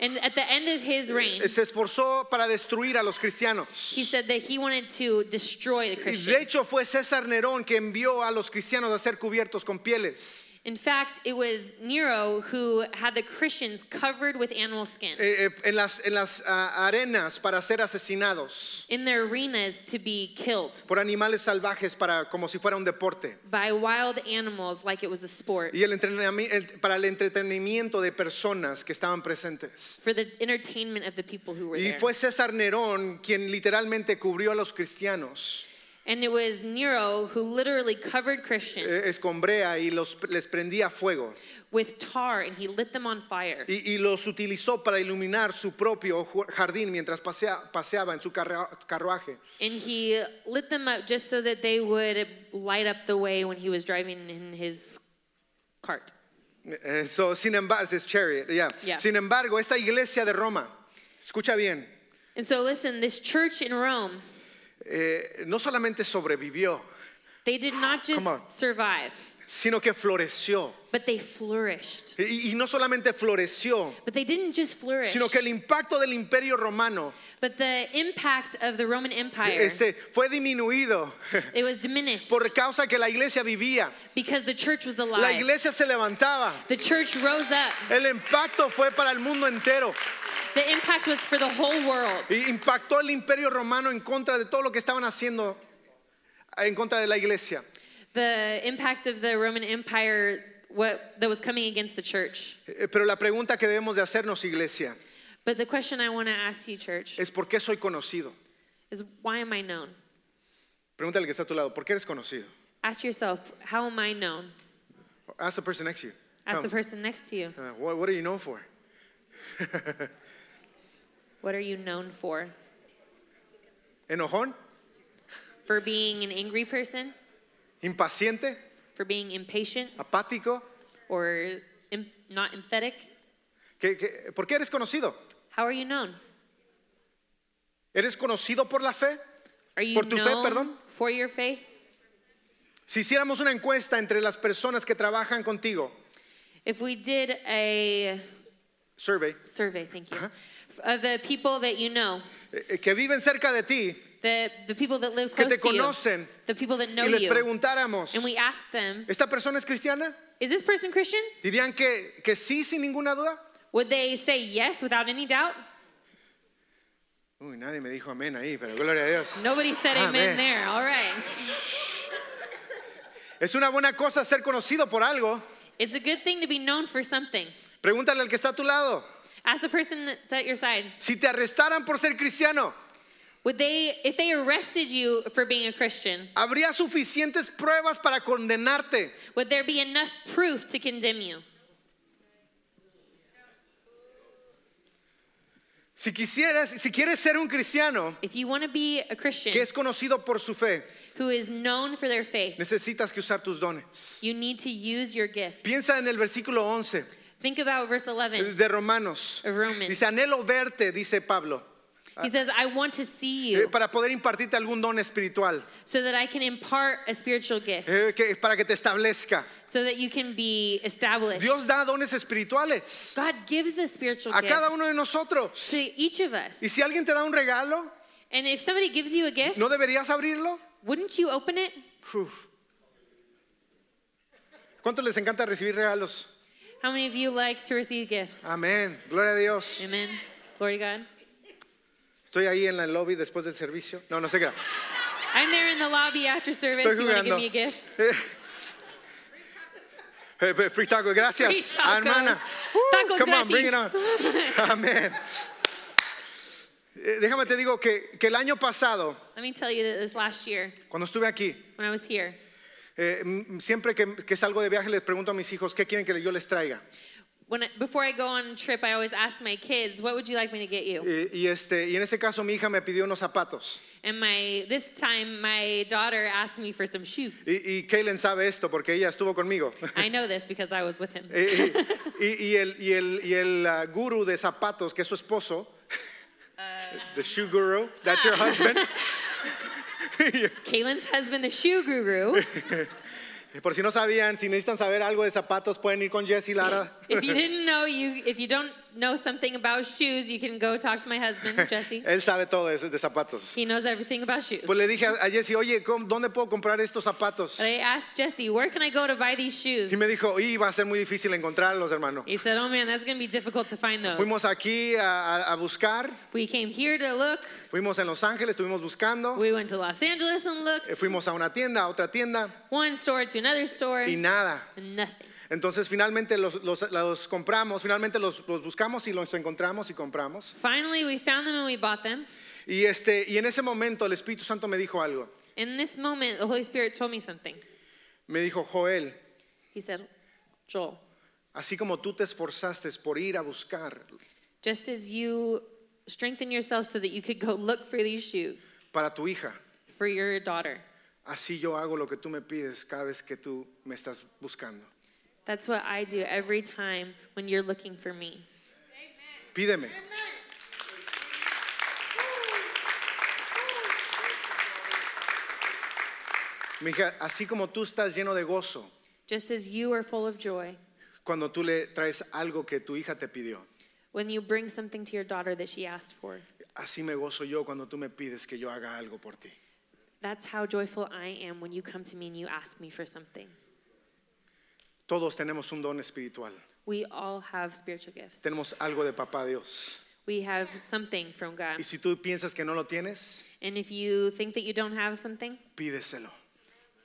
And at the end of his reign, eh, se esforzó para destruir a los cristianos. he said that he wanted to destroy the Y de Christians. hecho fue César Nerón que envió a los cristianos a ser cubiertos con pieles. In fact, it was Nero who had the Christians covered with animal skin eh, eh, en las, en las ah, arenas para ser asesinados in their arenas to be killed por animales salvajes para, como si fuera un deporte. by wild animals like it was a sport Y el entrenami- el- para el entretenimiento de personas que estaban presentes. for the entertainment of the people who were Y there. fue César Nerón quien literalmente cubrió a los cristianos And it was Nero who literally covered eh, Christians escombrea y los, les prendía fuego. with tar and he lit them on fire. Y, y los utilizó para iluminar su propio ju- jardín mientras pasea- paseaba en su carra- carruaje. And he lit them up just so that they would light up the way when he was driving in his cart. Eh, so, sin embargo, es chariot, yeah. Yeah. Sin embargo, esta iglesia de Roma, escucha bien, And so, listen, this church in Rome, eh, no solamente sobrevivió, they did not just Come on. survive, sino que floreció. but they flourished. Y, y no solamente floreció, But they didn't just flourish, sino que el impacto del imperio romano but the impact of the Roman Empire, este, fue disminuido it was diminished por causa que la iglesia vivía, because the church was alive. la iglesia se levantaba. the church rose up. El impacto fue para el mundo entero. The impact was for the whole world. Y impactó el imperio romano en contra de todo lo que estaban haciendo en contra de la iglesia. The impact of the Roman Empire what, that was coming against the church. Eh, Pero la pregunta que debemos de hacernos, iglesia, But the question I want to ask you, church, es ¿por qué soy conocido? is why am I known? Pregúntale al que está a tu lado, ¿por qué eres conocido? Ask yourself, how am I known? Ask the person next to you. Ask the Come. person next to you, Uh, what, what are you known for? what are you known for? ¿Enojón? For being an angry person? ¿Impaciente? For being impatient ¿Apático? or em- not empathetic? ¿Qué- qué- por qué eres conocido? How are you known? ¿Eres conocido por la fe? Are you Por tu fe, known perdón. for your faith? Si hiciéramos una encuesta entre las personas que trabajan contigo, If we did a survey, survey, thank you, f- of the people that you know, eh, eh, que viven cerca de ti the, the people that live Que close te to you, conocen, the people that know y les you, preguntáramos, and we ask them, ¿esta persona es cristiana? is this person Christian? ¿Dirían que, que sí sin ninguna duda? Would they say yes without any doubt? Uy, nadie me dijo amén ahí, pero gloria a Dios. Nobody said amen, Amen. there. All right. Es una buena cosa ser conocido por algo. It's a good thing to be known for something. Pregúntale al que está a tu lado. Ask the person that's at your side. Si te arrestaran por ser cristiano, Would they, if they arrested you for being a Christian, habría suficientes pruebas para condenarte. would there be enough proof to condemn you? Si quisieras, si quieres ser un cristiano If you want to be a Christian que es conocido por su fe, who is known for their faith, necesitas que usar tus dones. you need to use your gift. Piensa en el versículo 11 Think about verse 11 de Romanos. of Romans. Dice, anhelo verte, dice Pablo, He says, I want to see eh, you para poder impartirte algún don espiritual, so that I can impart a spiritual gift, eh, que- para que te establezca. so that you can be established. Dios da dones espirituales God gives us spiritual a cada uno gifts de nosotros. to each of us. Y si alguien te da un regalo, And if somebody gives you a gift, ¿no deberías abrirlo? wouldn't you open it? Uf. ¿Cuántos les encanta recibir regalos? How many of you like to receive gifts? Amén, gloria a Dios. Amen. Glory to God. Estoy ahí en el lobby después del servicio. No, no sé qué. I'm there in the lobby after service. Estoy you want to jugando. give me a gift? Eh, eh, Free taco, gracias, Free tacos. hermana. Uh, Tacos come on, bring it on. gratis. Amén. Eh, Déjame te digo que, que el año pasado, Let me tell you that this last year, cuando estuve aquí, when I was here, eh, m- siempre que, que salgo de viaje les pregunto a mis hijos, ¿qué quieren que yo les traiga? when I, before I go on a trip, I always ask my kids, "What would you like me to get you?" Eh, y, este, y en ese caso mi hija me pidió unos zapatos. And my this time, my daughter asked me for some shoes. Y, y Kaylin sabe esto porque ella estuvo conmigo. I know this because I was with him. Eh, y, y el, y el, y el ah, guru de zapatos, que es su esposo, the shoe guru, that's your husband. Kaylin's husband, the shoe guru. Por si no sabían, si necesitan saber algo de zapatos, pueden ir con Jesse Lara. If you didn't know, you if you don't know something about shoes, you can go talk to my husband, Jesse. Él sabe todo eso de zapatos. He knows everything about shoes. Pues le dije a a Jesse, oye, ¿cómo- ¿dónde puedo comprar estos zapatos? But I asked Jesse, "Where can I go to buy these shoes?" Y me dijo, y va a ser muy difícil encontrarlos, hermano. He said, "Oh man, that's gonna be difficult to find those." Fuimos aquí a, a- a buscar, We came here to look. fuimos en Los Ángeles, estuvimos buscando, We went to Los Angeles and looked. eh, fuimos a una tienda, a otra tienda, One store to another store. y nada. Nothing. Entonces finalmente los, los- los compramos, finalmente los, los buscamos y los encontramos y compramos. Finally, we found them and we bought them. Y, este, y en ese momento el Espíritu Santo me dijo algo. In this moment, the Holy Spirit told me something. Me dijo, Joel, He said, Joel, Así como tú te esforzaste por ir a buscar just as you strengthen yourself so that you could go look for these shoes para tu hija, for your daughter, así yo hago lo que tú me pides cada vez que tú me estás buscando. that's what I do every time when you're looking for me. Pídeme. Mi hija, así como tú estás lleno de gozo Just as you are full of joy cuando tú le traes algo que tu hija te pidió, when you bring something to your daughter that she asked for, así me gozo yo cuando tú me pides que yo haga algo por ti. that's how joyful I am when you come to me and you ask me for something. Todos tenemos un don espiritual. We all have spiritual gifts. Tenemos algo de papá Dios. We have something from God. Y si tú piensas que no lo tienes, And if you think that you don't have something, pídeselo,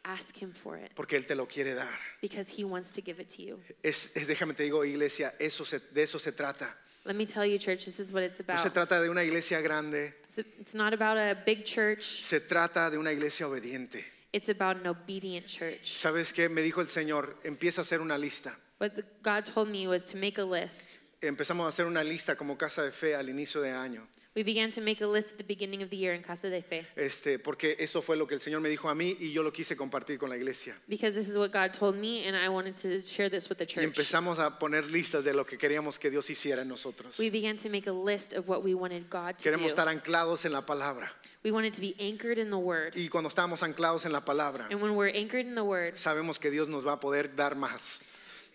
ask Him for it porque Él te lo quiere dar. because He wants to give it to you. Es, es- déjame te digo, iglesia, eso se- de eso se trata. Let me tell you, church, this is what it's No se about. trata de una iglesia grande, It's, it's not about a big church, se trata de una iglesia obediente. it's about an obedient church. ¿Sabes qué? Me dijo el Señor, empieza a hacer una lista. What the, God told me was to make a list. Empezamos a hacer una lista como casa de fe al inicio de año. We began to make a list at the beginning of the year in Casa de Fe Este, porque eso fue lo que el Señor me dijo a mí y yo lo quise compartir con la iglesia. because this is what God told me, and I wanted to share this with the Y church. empezamos a poner listas de lo que queríamos que Dios hiciera en nosotros. We began to make a list of what we wanted God to Queremos do. estar anclados en la palabra. We wanted to be anchored in the Word. Y cuando estamos anclados en la palabra, And when we're anchored in the Word, sabemos que Dios nos va a poder dar más.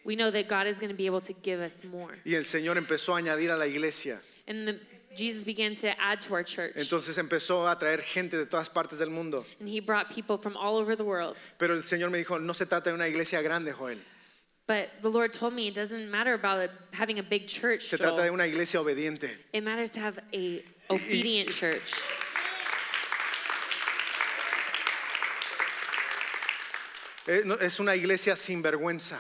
we know that God is going to be able to give us more. Y el Señor empezó a añadir a la iglesia. And the, Jesus began to add to our church. Entonces empezó a traer gente de todas partes del mundo. and he brought people from all over the world. Pero el Señor me dijo, no se trata de una iglesia grande, Joel. But the Lord told me it doesn't matter about it- having a big church. Se trata Joel. de una iglesia obediente. It matters to have a obedient church. Eh, no, Es una iglesia sin vergüenza.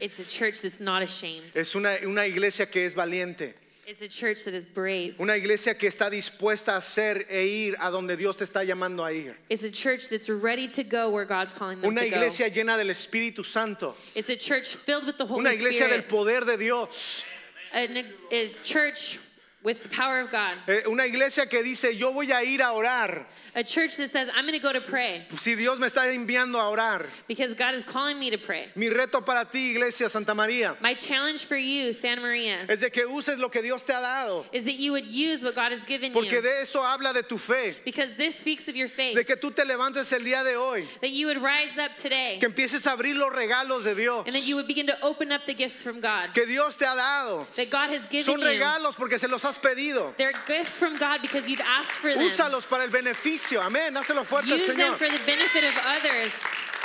It's a church that's not ashamed. Es una, una iglesia que es valiente. It's a church that is brave. Una iglesia que está dispuesta a hacer e ir a donde Dios te está llamando a ir. It's a church that's ready to go where God's calling them Una to iglesia llena del Espíritu Santo. go. It's a church filled with the Holy Una iglesia del Spirit. poder de Dios. An- a church with the power of God. Eh, Una iglesia que dice, yo voy a ir a orar. A church that says, I'm going to go to pray Si Dios me está enviando a orar. because God is calling me to pray. Mi reto para ti, iglesia Santa María, My challenge for you, Santa Maria, es de que uses lo que Dios te ha dado, is that you would use what God has given porque you. de eso habla de tu fe, because this speaks of your faith. de que tú te levantes el día de hoy, that you would rise up today que empieces a abrir los regalos de Dios, and that you would begin to open up the gifts from God que Dios te ha dado. that God has given Son you. regalos porque se los has pedido. They're gifts from God because you've asked for them. Úsalos para el beneficio, amén, hácelo fuerte al Use them Señor. for the benefit of others.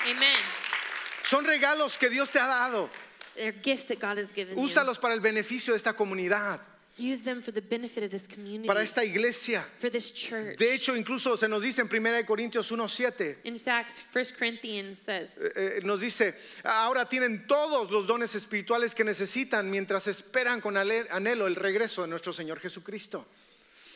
Amen. Son regalos que Dios te ha dado. They're gifts that God has given you. Úsalos para el beneficio de esta comunidad. Use them for the benefit of this community, para esta iglesia. for this church. De hecho, incluso se nos dice en 1 Corintios 1.7, In fact, 1 Corinthians says, eh, nos dice, ahora tienen todos los dones espirituales que necesitan mientras esperan con ale- anhelo el regreso de nuestro Señor Jesucristo.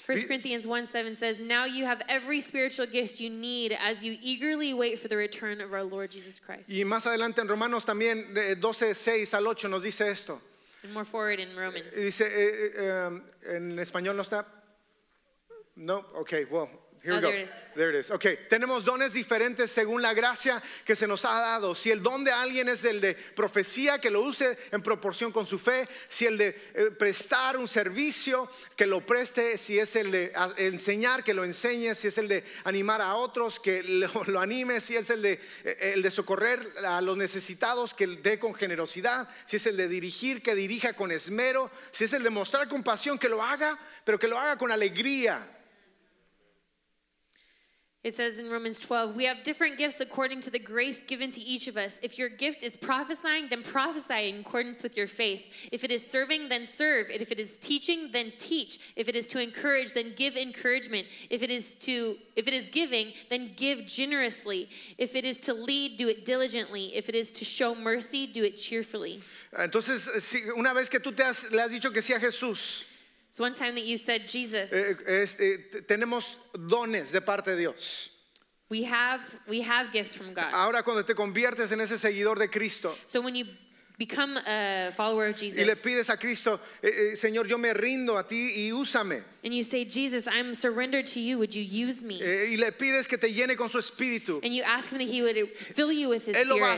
1 Di- Corinthians 1 7 says, Now you have every spiritual gift you need as you eagerly wait for the return of our Lord Jesus Christ. Y más adelante en Romanos también, de 12, 6 al 8, nos dice esto. And more forward in Romans. Y dice, eh, eh, eh, en español no está. No, ok, well, here we Ah, go. there it is. There it is. Ok, tenemos dones diferentes según la gracia que se nos ha dado. Si el don de alguien es el de profecía, que lo use en proporción con su fe. Si el de eh, prestar un servicio, que lo preste. Si es el de ah, enseñar, que lo enseñe. Si es el de animar a otros, que lo, lo anime. Si es el de, eh, el de socorrer a los necesitados, que dé con generosidad. Si es el de dirigir, que dirija con esmero. Si es el de mostrar compasión, que lo haga, pero que lo haga con alegría. It says in Romans 12, we have different gifts according to the grace given to each of us. If your gift is prophesying, then prophesy in accordance with your faith. If it is serving, then serve. If it is teaching, then teach. If it is to encourage, then give encouragement. If it is to if it is giving, then give generously. If it is to lead, do it diligently. If it is to show mercy, do it cheerfully. Entonces, eh, si- una vez que tú te has- le has dicho que sí a Jesús, So one time that you said, Jesus, eh, es- eh, t- tenemos dones de parte de Dios. we have we have gifts from God. Ahora cuando te conviertes en ese seguidor de Cristo So when you become a follower of y le Jesus, pides a Cristo, eh, eh, Señor, yo me rindo a ti y úsame. And you say, Jesus, I'm surrendered to you. Would you use me? eh, y le pides que te llene con su espíritu. And you ask him that he would fill you with his Él lo va a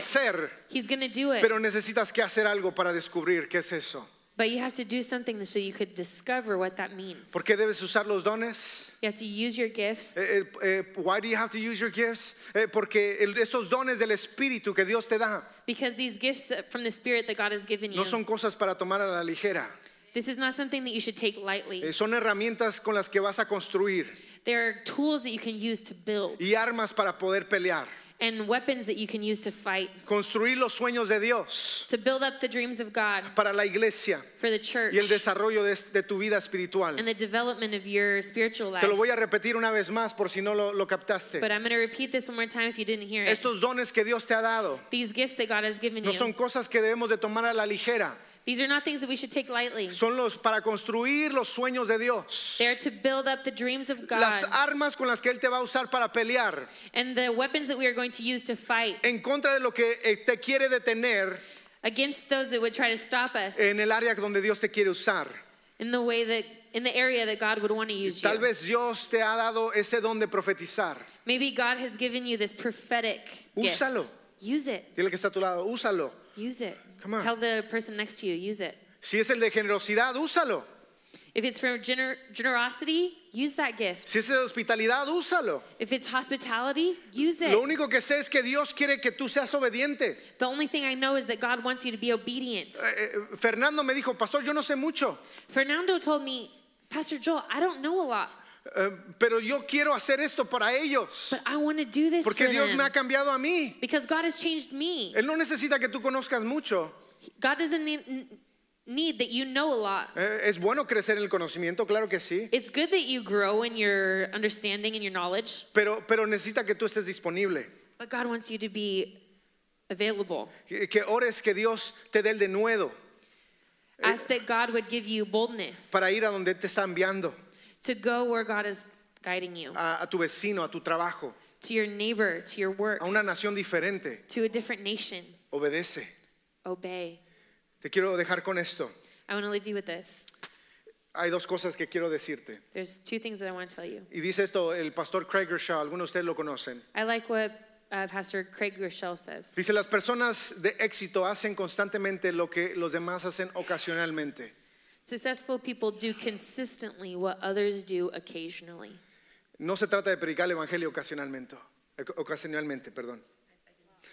hacer, spirit. He's going to do it. pero necesitas que hacer algo para descubrir qué es eso. But you have to do something so you could discover what that means. ¿Por qué debes usar los dones? You have to use your gifts. Eh, eh, eh, why do you have to use your gifts? Eh, porque el- estos dones del espíritu que Dios te da Because these gifts from the spirit that God has given you, no son cosas para tomar a la ligera. this is not something that you should take lightly. Eh, Son herramientas con las que vas a construir there are tools that you can use to build y armas para poder pelear. and weapons that you can use to fight, Construir los sueños de Dios to build up the dreams of God para la iglesia for the church y el desarrollo de, este, de tu vida and espiritual. the development of your spiritual life. Te lo voy a repetir una vez más por si no lo, lo captaste. But I'm going to repeat this one more time if you didn't hear it. Estos dones que Dios te ha dado These gifts that God has given no you, son cosas que debemos de tomar a la ligera. these are not things that we should take lightly. Son los para construir los sueños de Dios. They're to build up the dreams of God Las armas con las que Él te va a usar para pelear and the weapons that we are going to use to fight en contra de lo que eh, te quiere detener against those that would try to stop us en el área donde Dios te quiere usar. in the way that in the area that God would want to use Tal you. vez Dios te ha dado ese don de profetizar. Maybe God has given you this prophetic Úsalo. gift. Use it. Dile que está a tu lado, úsalo. Use it. Come on. Tell the person next to you, use it. Si es el de generosidad, úsalo. If it's for gener- generosity, use that gift. Si es de hospitalidad, úsalo. If it's hospitality, use it. Lo único que sé es que Dios quiere que tú seas obediente. The only thing I know is that God wants you to be obedient. Eh, eh, Fernando me dijo, pastor, yo no sé mucho, Fernando told me, Pastor Joel, I don't know a lot, eh, pero yo quiero hacer esto para ellos, but I want to do this porque for Dios them. me ha cambiado a mí. Because God has changed me. Él no necesita que tú conozcas mucho. God doesn't need, need that you know a lot. Eh, es bueno crecer en el conocimiento, claro que sí, It's good that you grow in your understanding and your knowledge, pero, pero necesita que tú estés disponible, but God wants you to be available. que, que ores que Dios te dé el denuedo Ask that God would give you boldness Eh, para ir a donde Él te está enviando, to go where God is guiding you, a, a tu vecino, a tu trabajo, to your neighbor, to your work, a una nación diferente. to a different nation. Obedece. Obey. Te quiero dejar con esto. I want to leave you with this. Hay dos cosas que quiero decirte. There's two things that I want to tell you. Y dice esto el pastor Craig Shaw, algunos de ustedes lo conocen. I like what uh, Pastor Craig Rochelle says. Dice, las personas de éxito hacen constantemente lo que los demás hacen ocasionalmente. Successful people do consistently what others do occasionally. No se trata de predicar el evangelio ocasionalmente, eh, ocasionalmente, perdón.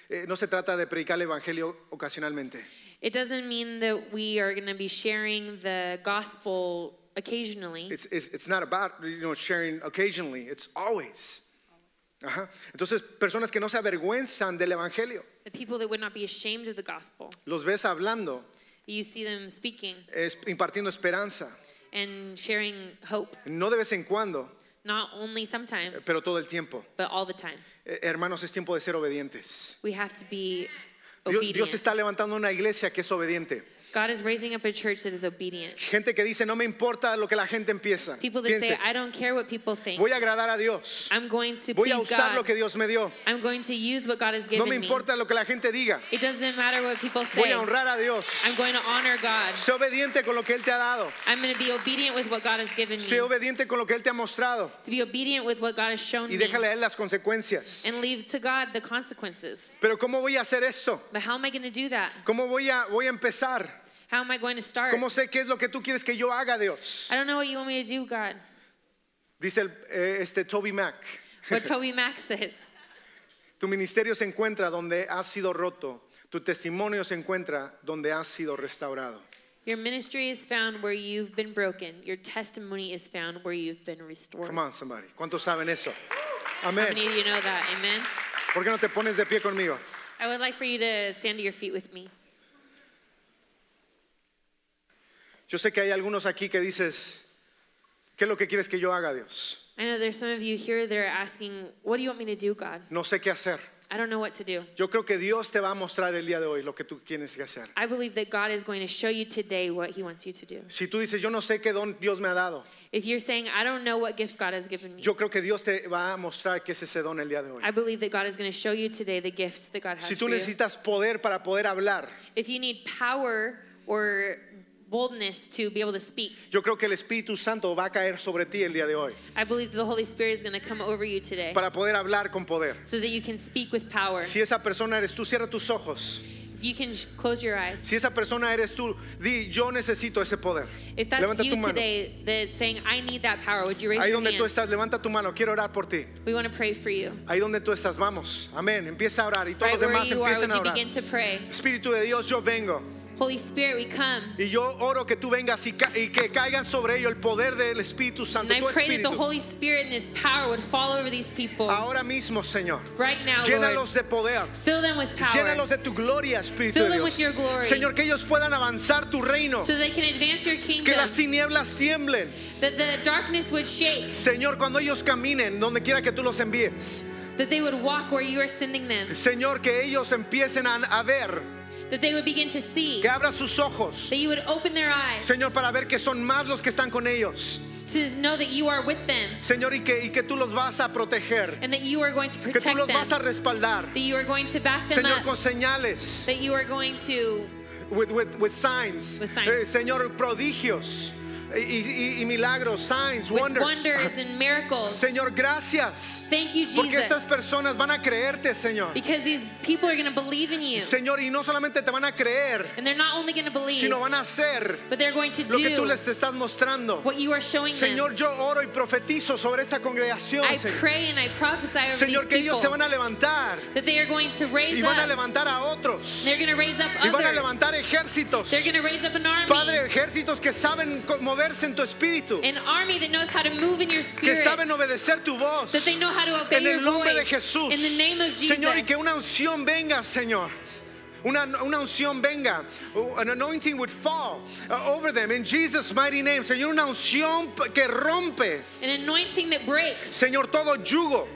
Eh, no se trata de predicar el evangelio ocasionalmente. It doesn't mean that we are going to be sharing the gospel occasionally. It's, it's, it's not about you know, sharing occasionally, it's always. Ajá. Entonces, personas que no se avergüenzan del evangelio, The people that would not be ashamed of the gospel. los ves hablando, You see them speaking es- impartiendo esperanza, and sharing hope, no de vez en cuando, not only sometimes, pero todo el tiempo. but all the time. Eh, Hermanos, es tiempo de ser obedientes. We have to be Dios, obedient. Dios está levantando una iglesia que es obediente. God is raising up a church that is obedient. Gente que dice, no me importa lo que la gente empieza. People that Piense, say, I don't care what people think. voy a agradar a Dios. I'm going to Voy a please usar God. lo que Dios me dio. I'm going to use what God has No given me importa lo que la gente diga. me. It doesn't matter what people say. Voy a honrar a Dios. I'm going to honor God. Sé obediente con lo que Él te ha dado. I'm going to be obedient with what God has given me. Sé obediente con lo que Él te ha mostrado. to be obedient with what God has shown Y me. déjale a Él las consecuencias. And leave to God the consequences. Pero ¿cómo voy a hacer esto? But how am I going to do that? ¿Cómo voy a, voy a empezar? How am I going to start? ¿Cómo sé qué es lo que tú quieres que yo haga, Dios? I don't know what you want me to do, God. Dice el, eh, este Toby Mac. What Toby Max says. Tu ministerio se encuentra donde has sido roto. Tu testimonio se encuentra donde has sido restaurado. Your ministry is found where you've been broken. Your testimony is found where you've been restored. Come on, somebody. ¿Cuántos saben eso? How many Amén. of you know that? Amen. ¿Por qué no te pones de pie conmigo? I would like for you to stand to your feet with me. Yo sé que hay algunos aquí que dices, ¿qué es lo que quieres que yo haga, Dios? I know there's some of you here that are asking, What do you want me to do, God? No sé qué hacer. I don't know what to do. Yo creo que Dios te va a mostrar el día de hoy lo que tú tienes que hacer. I believe that God is going to show you today what He wants you to do. Si tú dices, yo no sé qué don Dios me ha dado, If you're saying, I don't know what gift God has given me, yo creo que Dios te va a mostrar qué es ese don el día de hoy. I believe that God is going to show you today the gifts that God has Si tú for you. necesitas poder para poder hablar, If you need power or boldness to be able to speak, yo creo que el Espíritu Santo va a caer sobre ti el día de hoy I believe that the Holy Spirit is going to come over you today para poder hablar con poder. so that you can speak with power. Si esa persona eres tú, cierra tus ojos. If you can sh- close your eyes. Si esa persona eres tú, di, yo necesito ese poder. If Levanta that's tu you mano. today that's saying, I need that power, would you raise Ahí your donde tú hand? estás, levanta tu mano. Quiero orar por ti. We want to pray for you. Ahí donde tú estás, vamos. Amén. Empieza a orar y todos Right los where demás you are, empiecen would a you orar. begin to pray? Espíritu de Dios, yo vengo. Holy Spirit, we come. Y yo oro que tú vengas y, ca- y que caigan sobre ellos el poder del Espíritu And Santo, I tu pray that the Espíritu. Holy Spirit and His power would fall over these people Ahora mismo, Señor, right now, Lord. llénalos de poder. Fill them with power Llénalos de tu gloria, Espíritu Fill de them with Dios. your glory. Señor, que ellos puedan avanzar tu reino. so they can advance your Que kingdom, las tinieblas tiemblen. that the darkness would shake, Señor, cuando ellos caminen, donde quiera que tú los envíes. that they would walk where you are sending them, Señor, que ellos empiecen a, a ver, that they would begin to see, que abran sus ojos. that you would open their eyes Señor, para ver que son más los que están con ellos. to know that you are with them Señor, y que, y que tú los vas a proteger. and that you are going to Que tú protect los vas a them, respaldar. that you are going to back them Señor, con up, señales. that you are going to with, with, with signs. With signs. Eh, Señor, prodigios y, y- y milagros, signs, with wonders. wonders and miracles. Señor, gracias. Thank you, Porque estas Jesus. personas van a creerte, Señor. Because these people are going to believe in you. Señor, y no solamente te van a creer, And they're not only going to believe, sino van a hacer but they're going to lo que tú do les estás mostrando. what you are showing Señor, them. yo oro y profetizo sobre esa congregación. I Señor. pray and I prophesy over Señor, que these ellos se people van a levantar that they are going to y raise van a up. levantar a otros They're going to raise up y van a levantar others. ejércitos. They're going to raise up an army. Padre, ejércitos que saben co- moverse en tu espíritu. an army that knows how to move in your que spirit. saben obedecer tu voz that they know how to obey en el your nombre de voice. Jesús In the name of Jesus. Señor y que una unción venga Señor una, una unción venga Uh, an anointing would fall uh, over them in Jesus mighty name Señor una unción p- que rompe an anointing that breaks. Señor todo yugo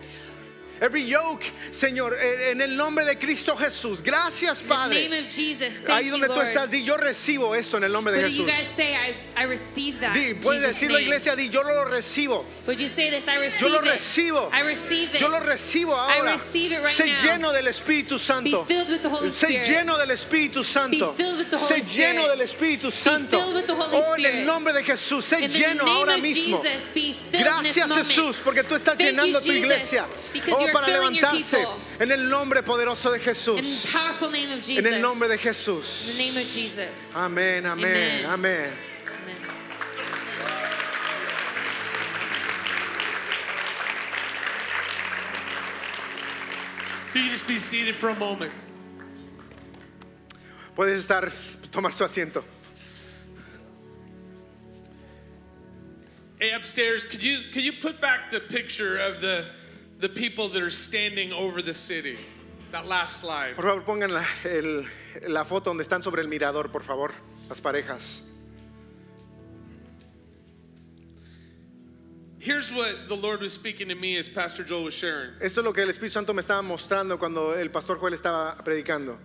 every yoke Señor eh, en el nombre de Cristo Jesús gracias in the name Padre of Jesus. Thank ahí you, donde tú Lord. estás di yo recibo esto en el nombre de Would you Jesús guys say, I, I receive that? di in puedes Ah, Jesus' decirlo name. iglesia di yo lo recibo Would you say this? I receive Yo lo it. recibo. I receive it. Yo lo recibo ahora. receive it right sé now. lleno del Espíritu Be Santo. filled with the Holy Sé Spirit. lleno del Espíritu Santo. filled with the Holy Sé lleno Spirit. del Espíritu Santo. filled with the Holy oh, en el Spirit. nombre de Jesús, sé In the lleno name ahora of mismo. Jesus, be filled in Gracias this moment. Jesús, porque tú estás Thank llenando you, tu Jesus, iglesia. because Oh, you are para filling your levantarse people. en el nombre poderoso de In the Jesús. powerful name of En Jesus. el nombre de In Jesús. the name of Jesus. Amén, amén, Amen. amén. Amen. If you could just be seated for a moment. Puedes estar tomar su asiento. Hey, upstairs, could you could you put back the picture of the the people that are standing over the city? That last slide. Por favor, pongan la, el- la foto donde están sobre el mirador, por favor, las parejas. Here's what the Lord was speaking to me as Pastor Joel was sharing. Esto es lo que el Espíritu Santo me estaba mostrando cuando el pastor Joel estaba predicando.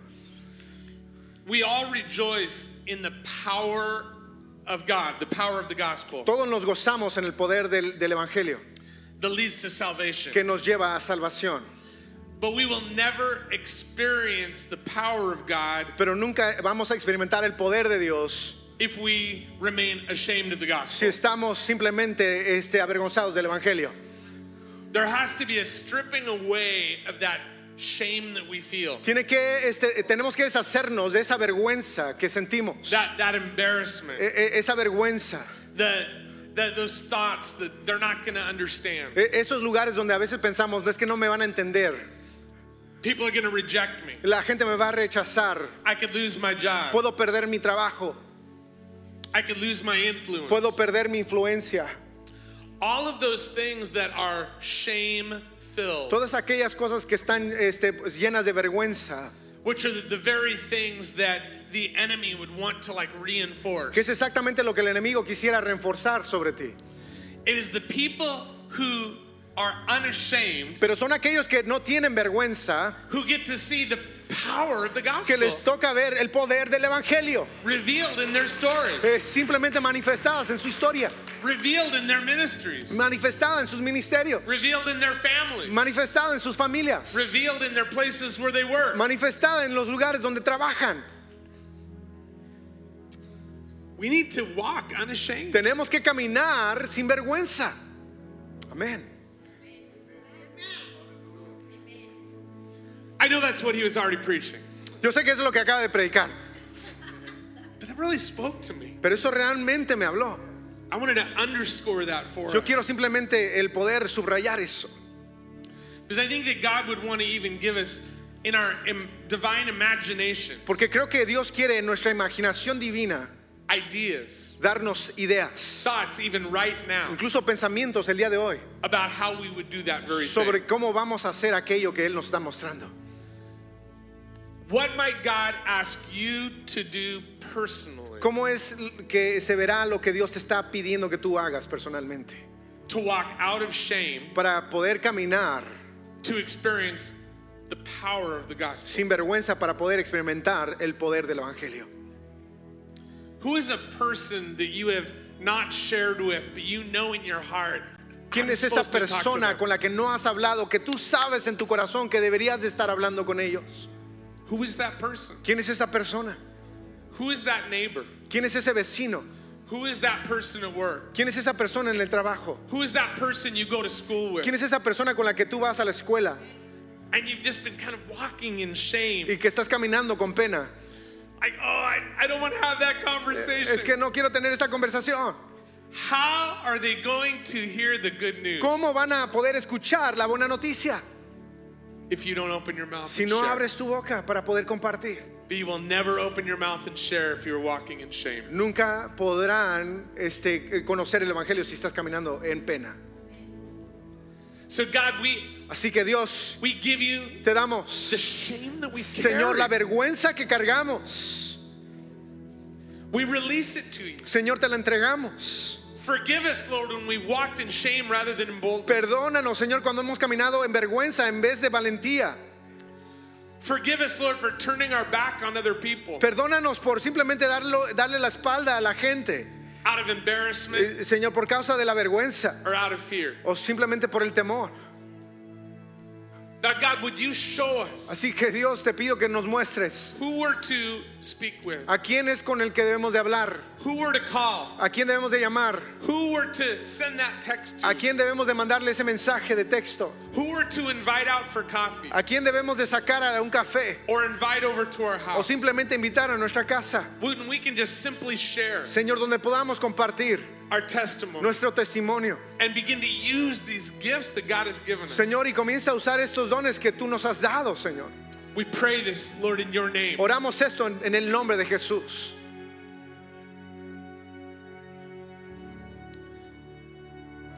We all rejoice in the power of God, the power of the gospel Todos nos gozamos en el poder del, del Evangelio that leads to salvation. que nos lleva a salvación, But we will never experience the power of God pero nunca vamos a experimentar el poder de Dios if we remain ashamed of the si gospel. estamos simplemente este, avergonzados del Evangelio. There has to be a stripping away of that shame that we feel, Tiene que, este, tenemos que deshacernos de esa vergüenza que sentimos, that, that embarrassment, E- e- esa vergüenza, the, the, those thoughts that they're not going to understand. E- esos lugares donde a veces pensamos, no es que no me van a entender, People are going to reject me. la gente me va a rechazar, I could lose my job. puedo perder mi trabajo, I could lose my influence. puedo perder mi influencia. All of those things that are shame filled, Todas aquellas cosas que están este, pues, llenas de vergüenza, which are the, the very things that the enemy would want to like reinforce. que es exactamente lo que el enemigo quisiera reforzar sobre ti. It is the people who are unashamed Pero son aquellos que no tienen vergüenza, who get to see the power of the que gospel les toca ver el poder del Evangelio, revealed in their stories, eh, simplemente manifestadas en su historia, revealed in their ministries, manifestada en sus ministerios, revealed in their families, manifestada en sus familias, revealed in their places where they work. manifestada en los lugares donde trabajan. We need to walk unashamed. Tenemos que caminar sin vergüenza. Amén. I know that's what he was already preaching, Yo sé que eso es lo que acaba de predicar, but it really spoke to me. pero eso realmente me habló. I wanted to underscore that for Yo us. quiero simplemente el poder subrayar eso. Because I think that God would want to even give us in our im- divine imagination Porque creo que Dios quiere en nuestra imaginación divina ideas, darnos ideas, thoughts even right now incluso pensamientos el día de hoy, about how we would do that very thing. sobre cómo vamos a hacer aquello que Él nos está mostrando. What might God ask you to do personally ¿Cómo es que se verá lo que Dios te está pidiendo que tú hagas personalmente? to walk out of shame Para poder caminar to experience the power of the gospel? sin vergüenza, para poder experimentar el poder del Evangelio. Who is a person that you have not shared with, but you know in your heart? ¿Quién "I'm es esa supposed to talk to persona them"? con la que no has hablado, que tú sabes en tu corazón que deberías de estar hablando con ellos? Who is that person? ¿Quién es esa persona? Who is that neighbor? ¿Quién es ese vecino? Who is that person at work? ¿Quién es esa persona en el trabajo? Who is that person you go to school with? ¿Quién es esa persona con la que tú vas a la escuela and you've just been kind of walking in shame. y que estás caminando con pena? Like, oh, I, I don't want to have that conversation. Es que no quiero tener esta conversación. How are they going to hear the good news ¿Cómo van a poder escuchar la buena noticia if you don't open your mouth si and no share? abres tu boca para poder compartir? But you will never open your mouth and share if you're walking in shame. Nunca podrán este, conocer el Evangelio si estás caminando en pena. So God, we Así que Dios, we give you the te damos, shame that we Señor, carry. la vergüenza que cargamos. we release it to you. Señor, te la entregamos. Forgive us, Lord, when we've walked in shame rather than in boldness. Perdónanos, Señor, cuando hemos caminado en vergüenza en vez de valentía. Forgive us, Lord, for turning our back on other people Perdónanos por simplemente darlo- darle la espalda a la gente. out of embarrassment Eh, Señor, por causa de la vergüenza or out of fear. o simplemente por el temor. Now, God, would you show us Así que Dios, te pido que nos muestres who we're to speak with, a quién es con el que debemos de hablar, who we're to call, a quién debemos de llamar, who we're to send that text a to, quién debemos de mandarle ese mensaje de texto, who we're to invite out for coffee a quién debemos de sacar a un café or invite over to our o house. simplemente invitar a nuestra casa. When we can just simply share Señor, donde podamos compartir our testimony nuestro testimonio. and begin to use these gifts that God has given us. Señor, y comienza a usar estos dones que tú nos has dado, Señor. We pray this, Lord, in your name. Oramos esto en, en el nombre de Jesús.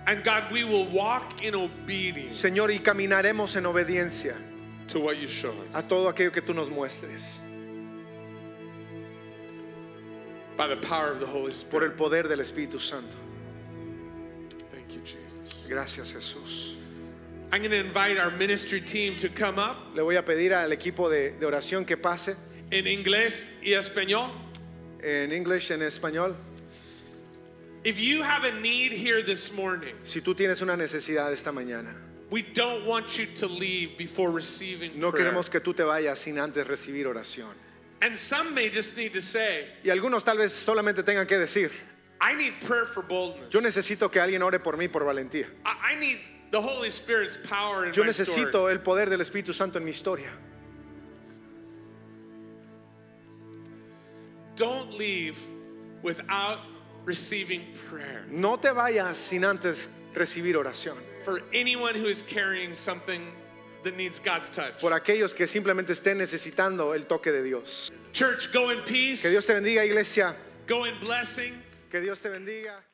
And God, we will walk in obedience Señor, y caminaremos en obediencia to what you show a us todo aquello que tú nos muestres by the power of the Holy por el Spirit. poder del Espíritu Santo. Thank you, Jesus. Gracias Jesús. I'm going to invite our ministry team to come up Le voy a pedir al equipo de, de oración que pase in inglés y español. en inglés, en español. If you have a need here this morning, Si tú tienes una necesidad esta mañana, we don't want you to leave before receiving no prayer. queremos que tú te vayas sin antes recibir oración. And some may just need to say, Y algunos tal vez solamente tengan que decir, I need prayer for boldness. yo necesito que alguien ore por mí por valentía. I, I need the Holy Spirit's power in Yo my story. necesito el poder del Espíritu Santo en mi historia. Don't leave without receiving prayer. No te vayas sin antes recibir oración. For anyone who is carrying something that needs God's touch. Por aquellos que simplemente estén necesitando el toque de Dios. Church, go in peace. Que Dios te bendiga, iglesia. Go in blessing. Que Dios te bendiga.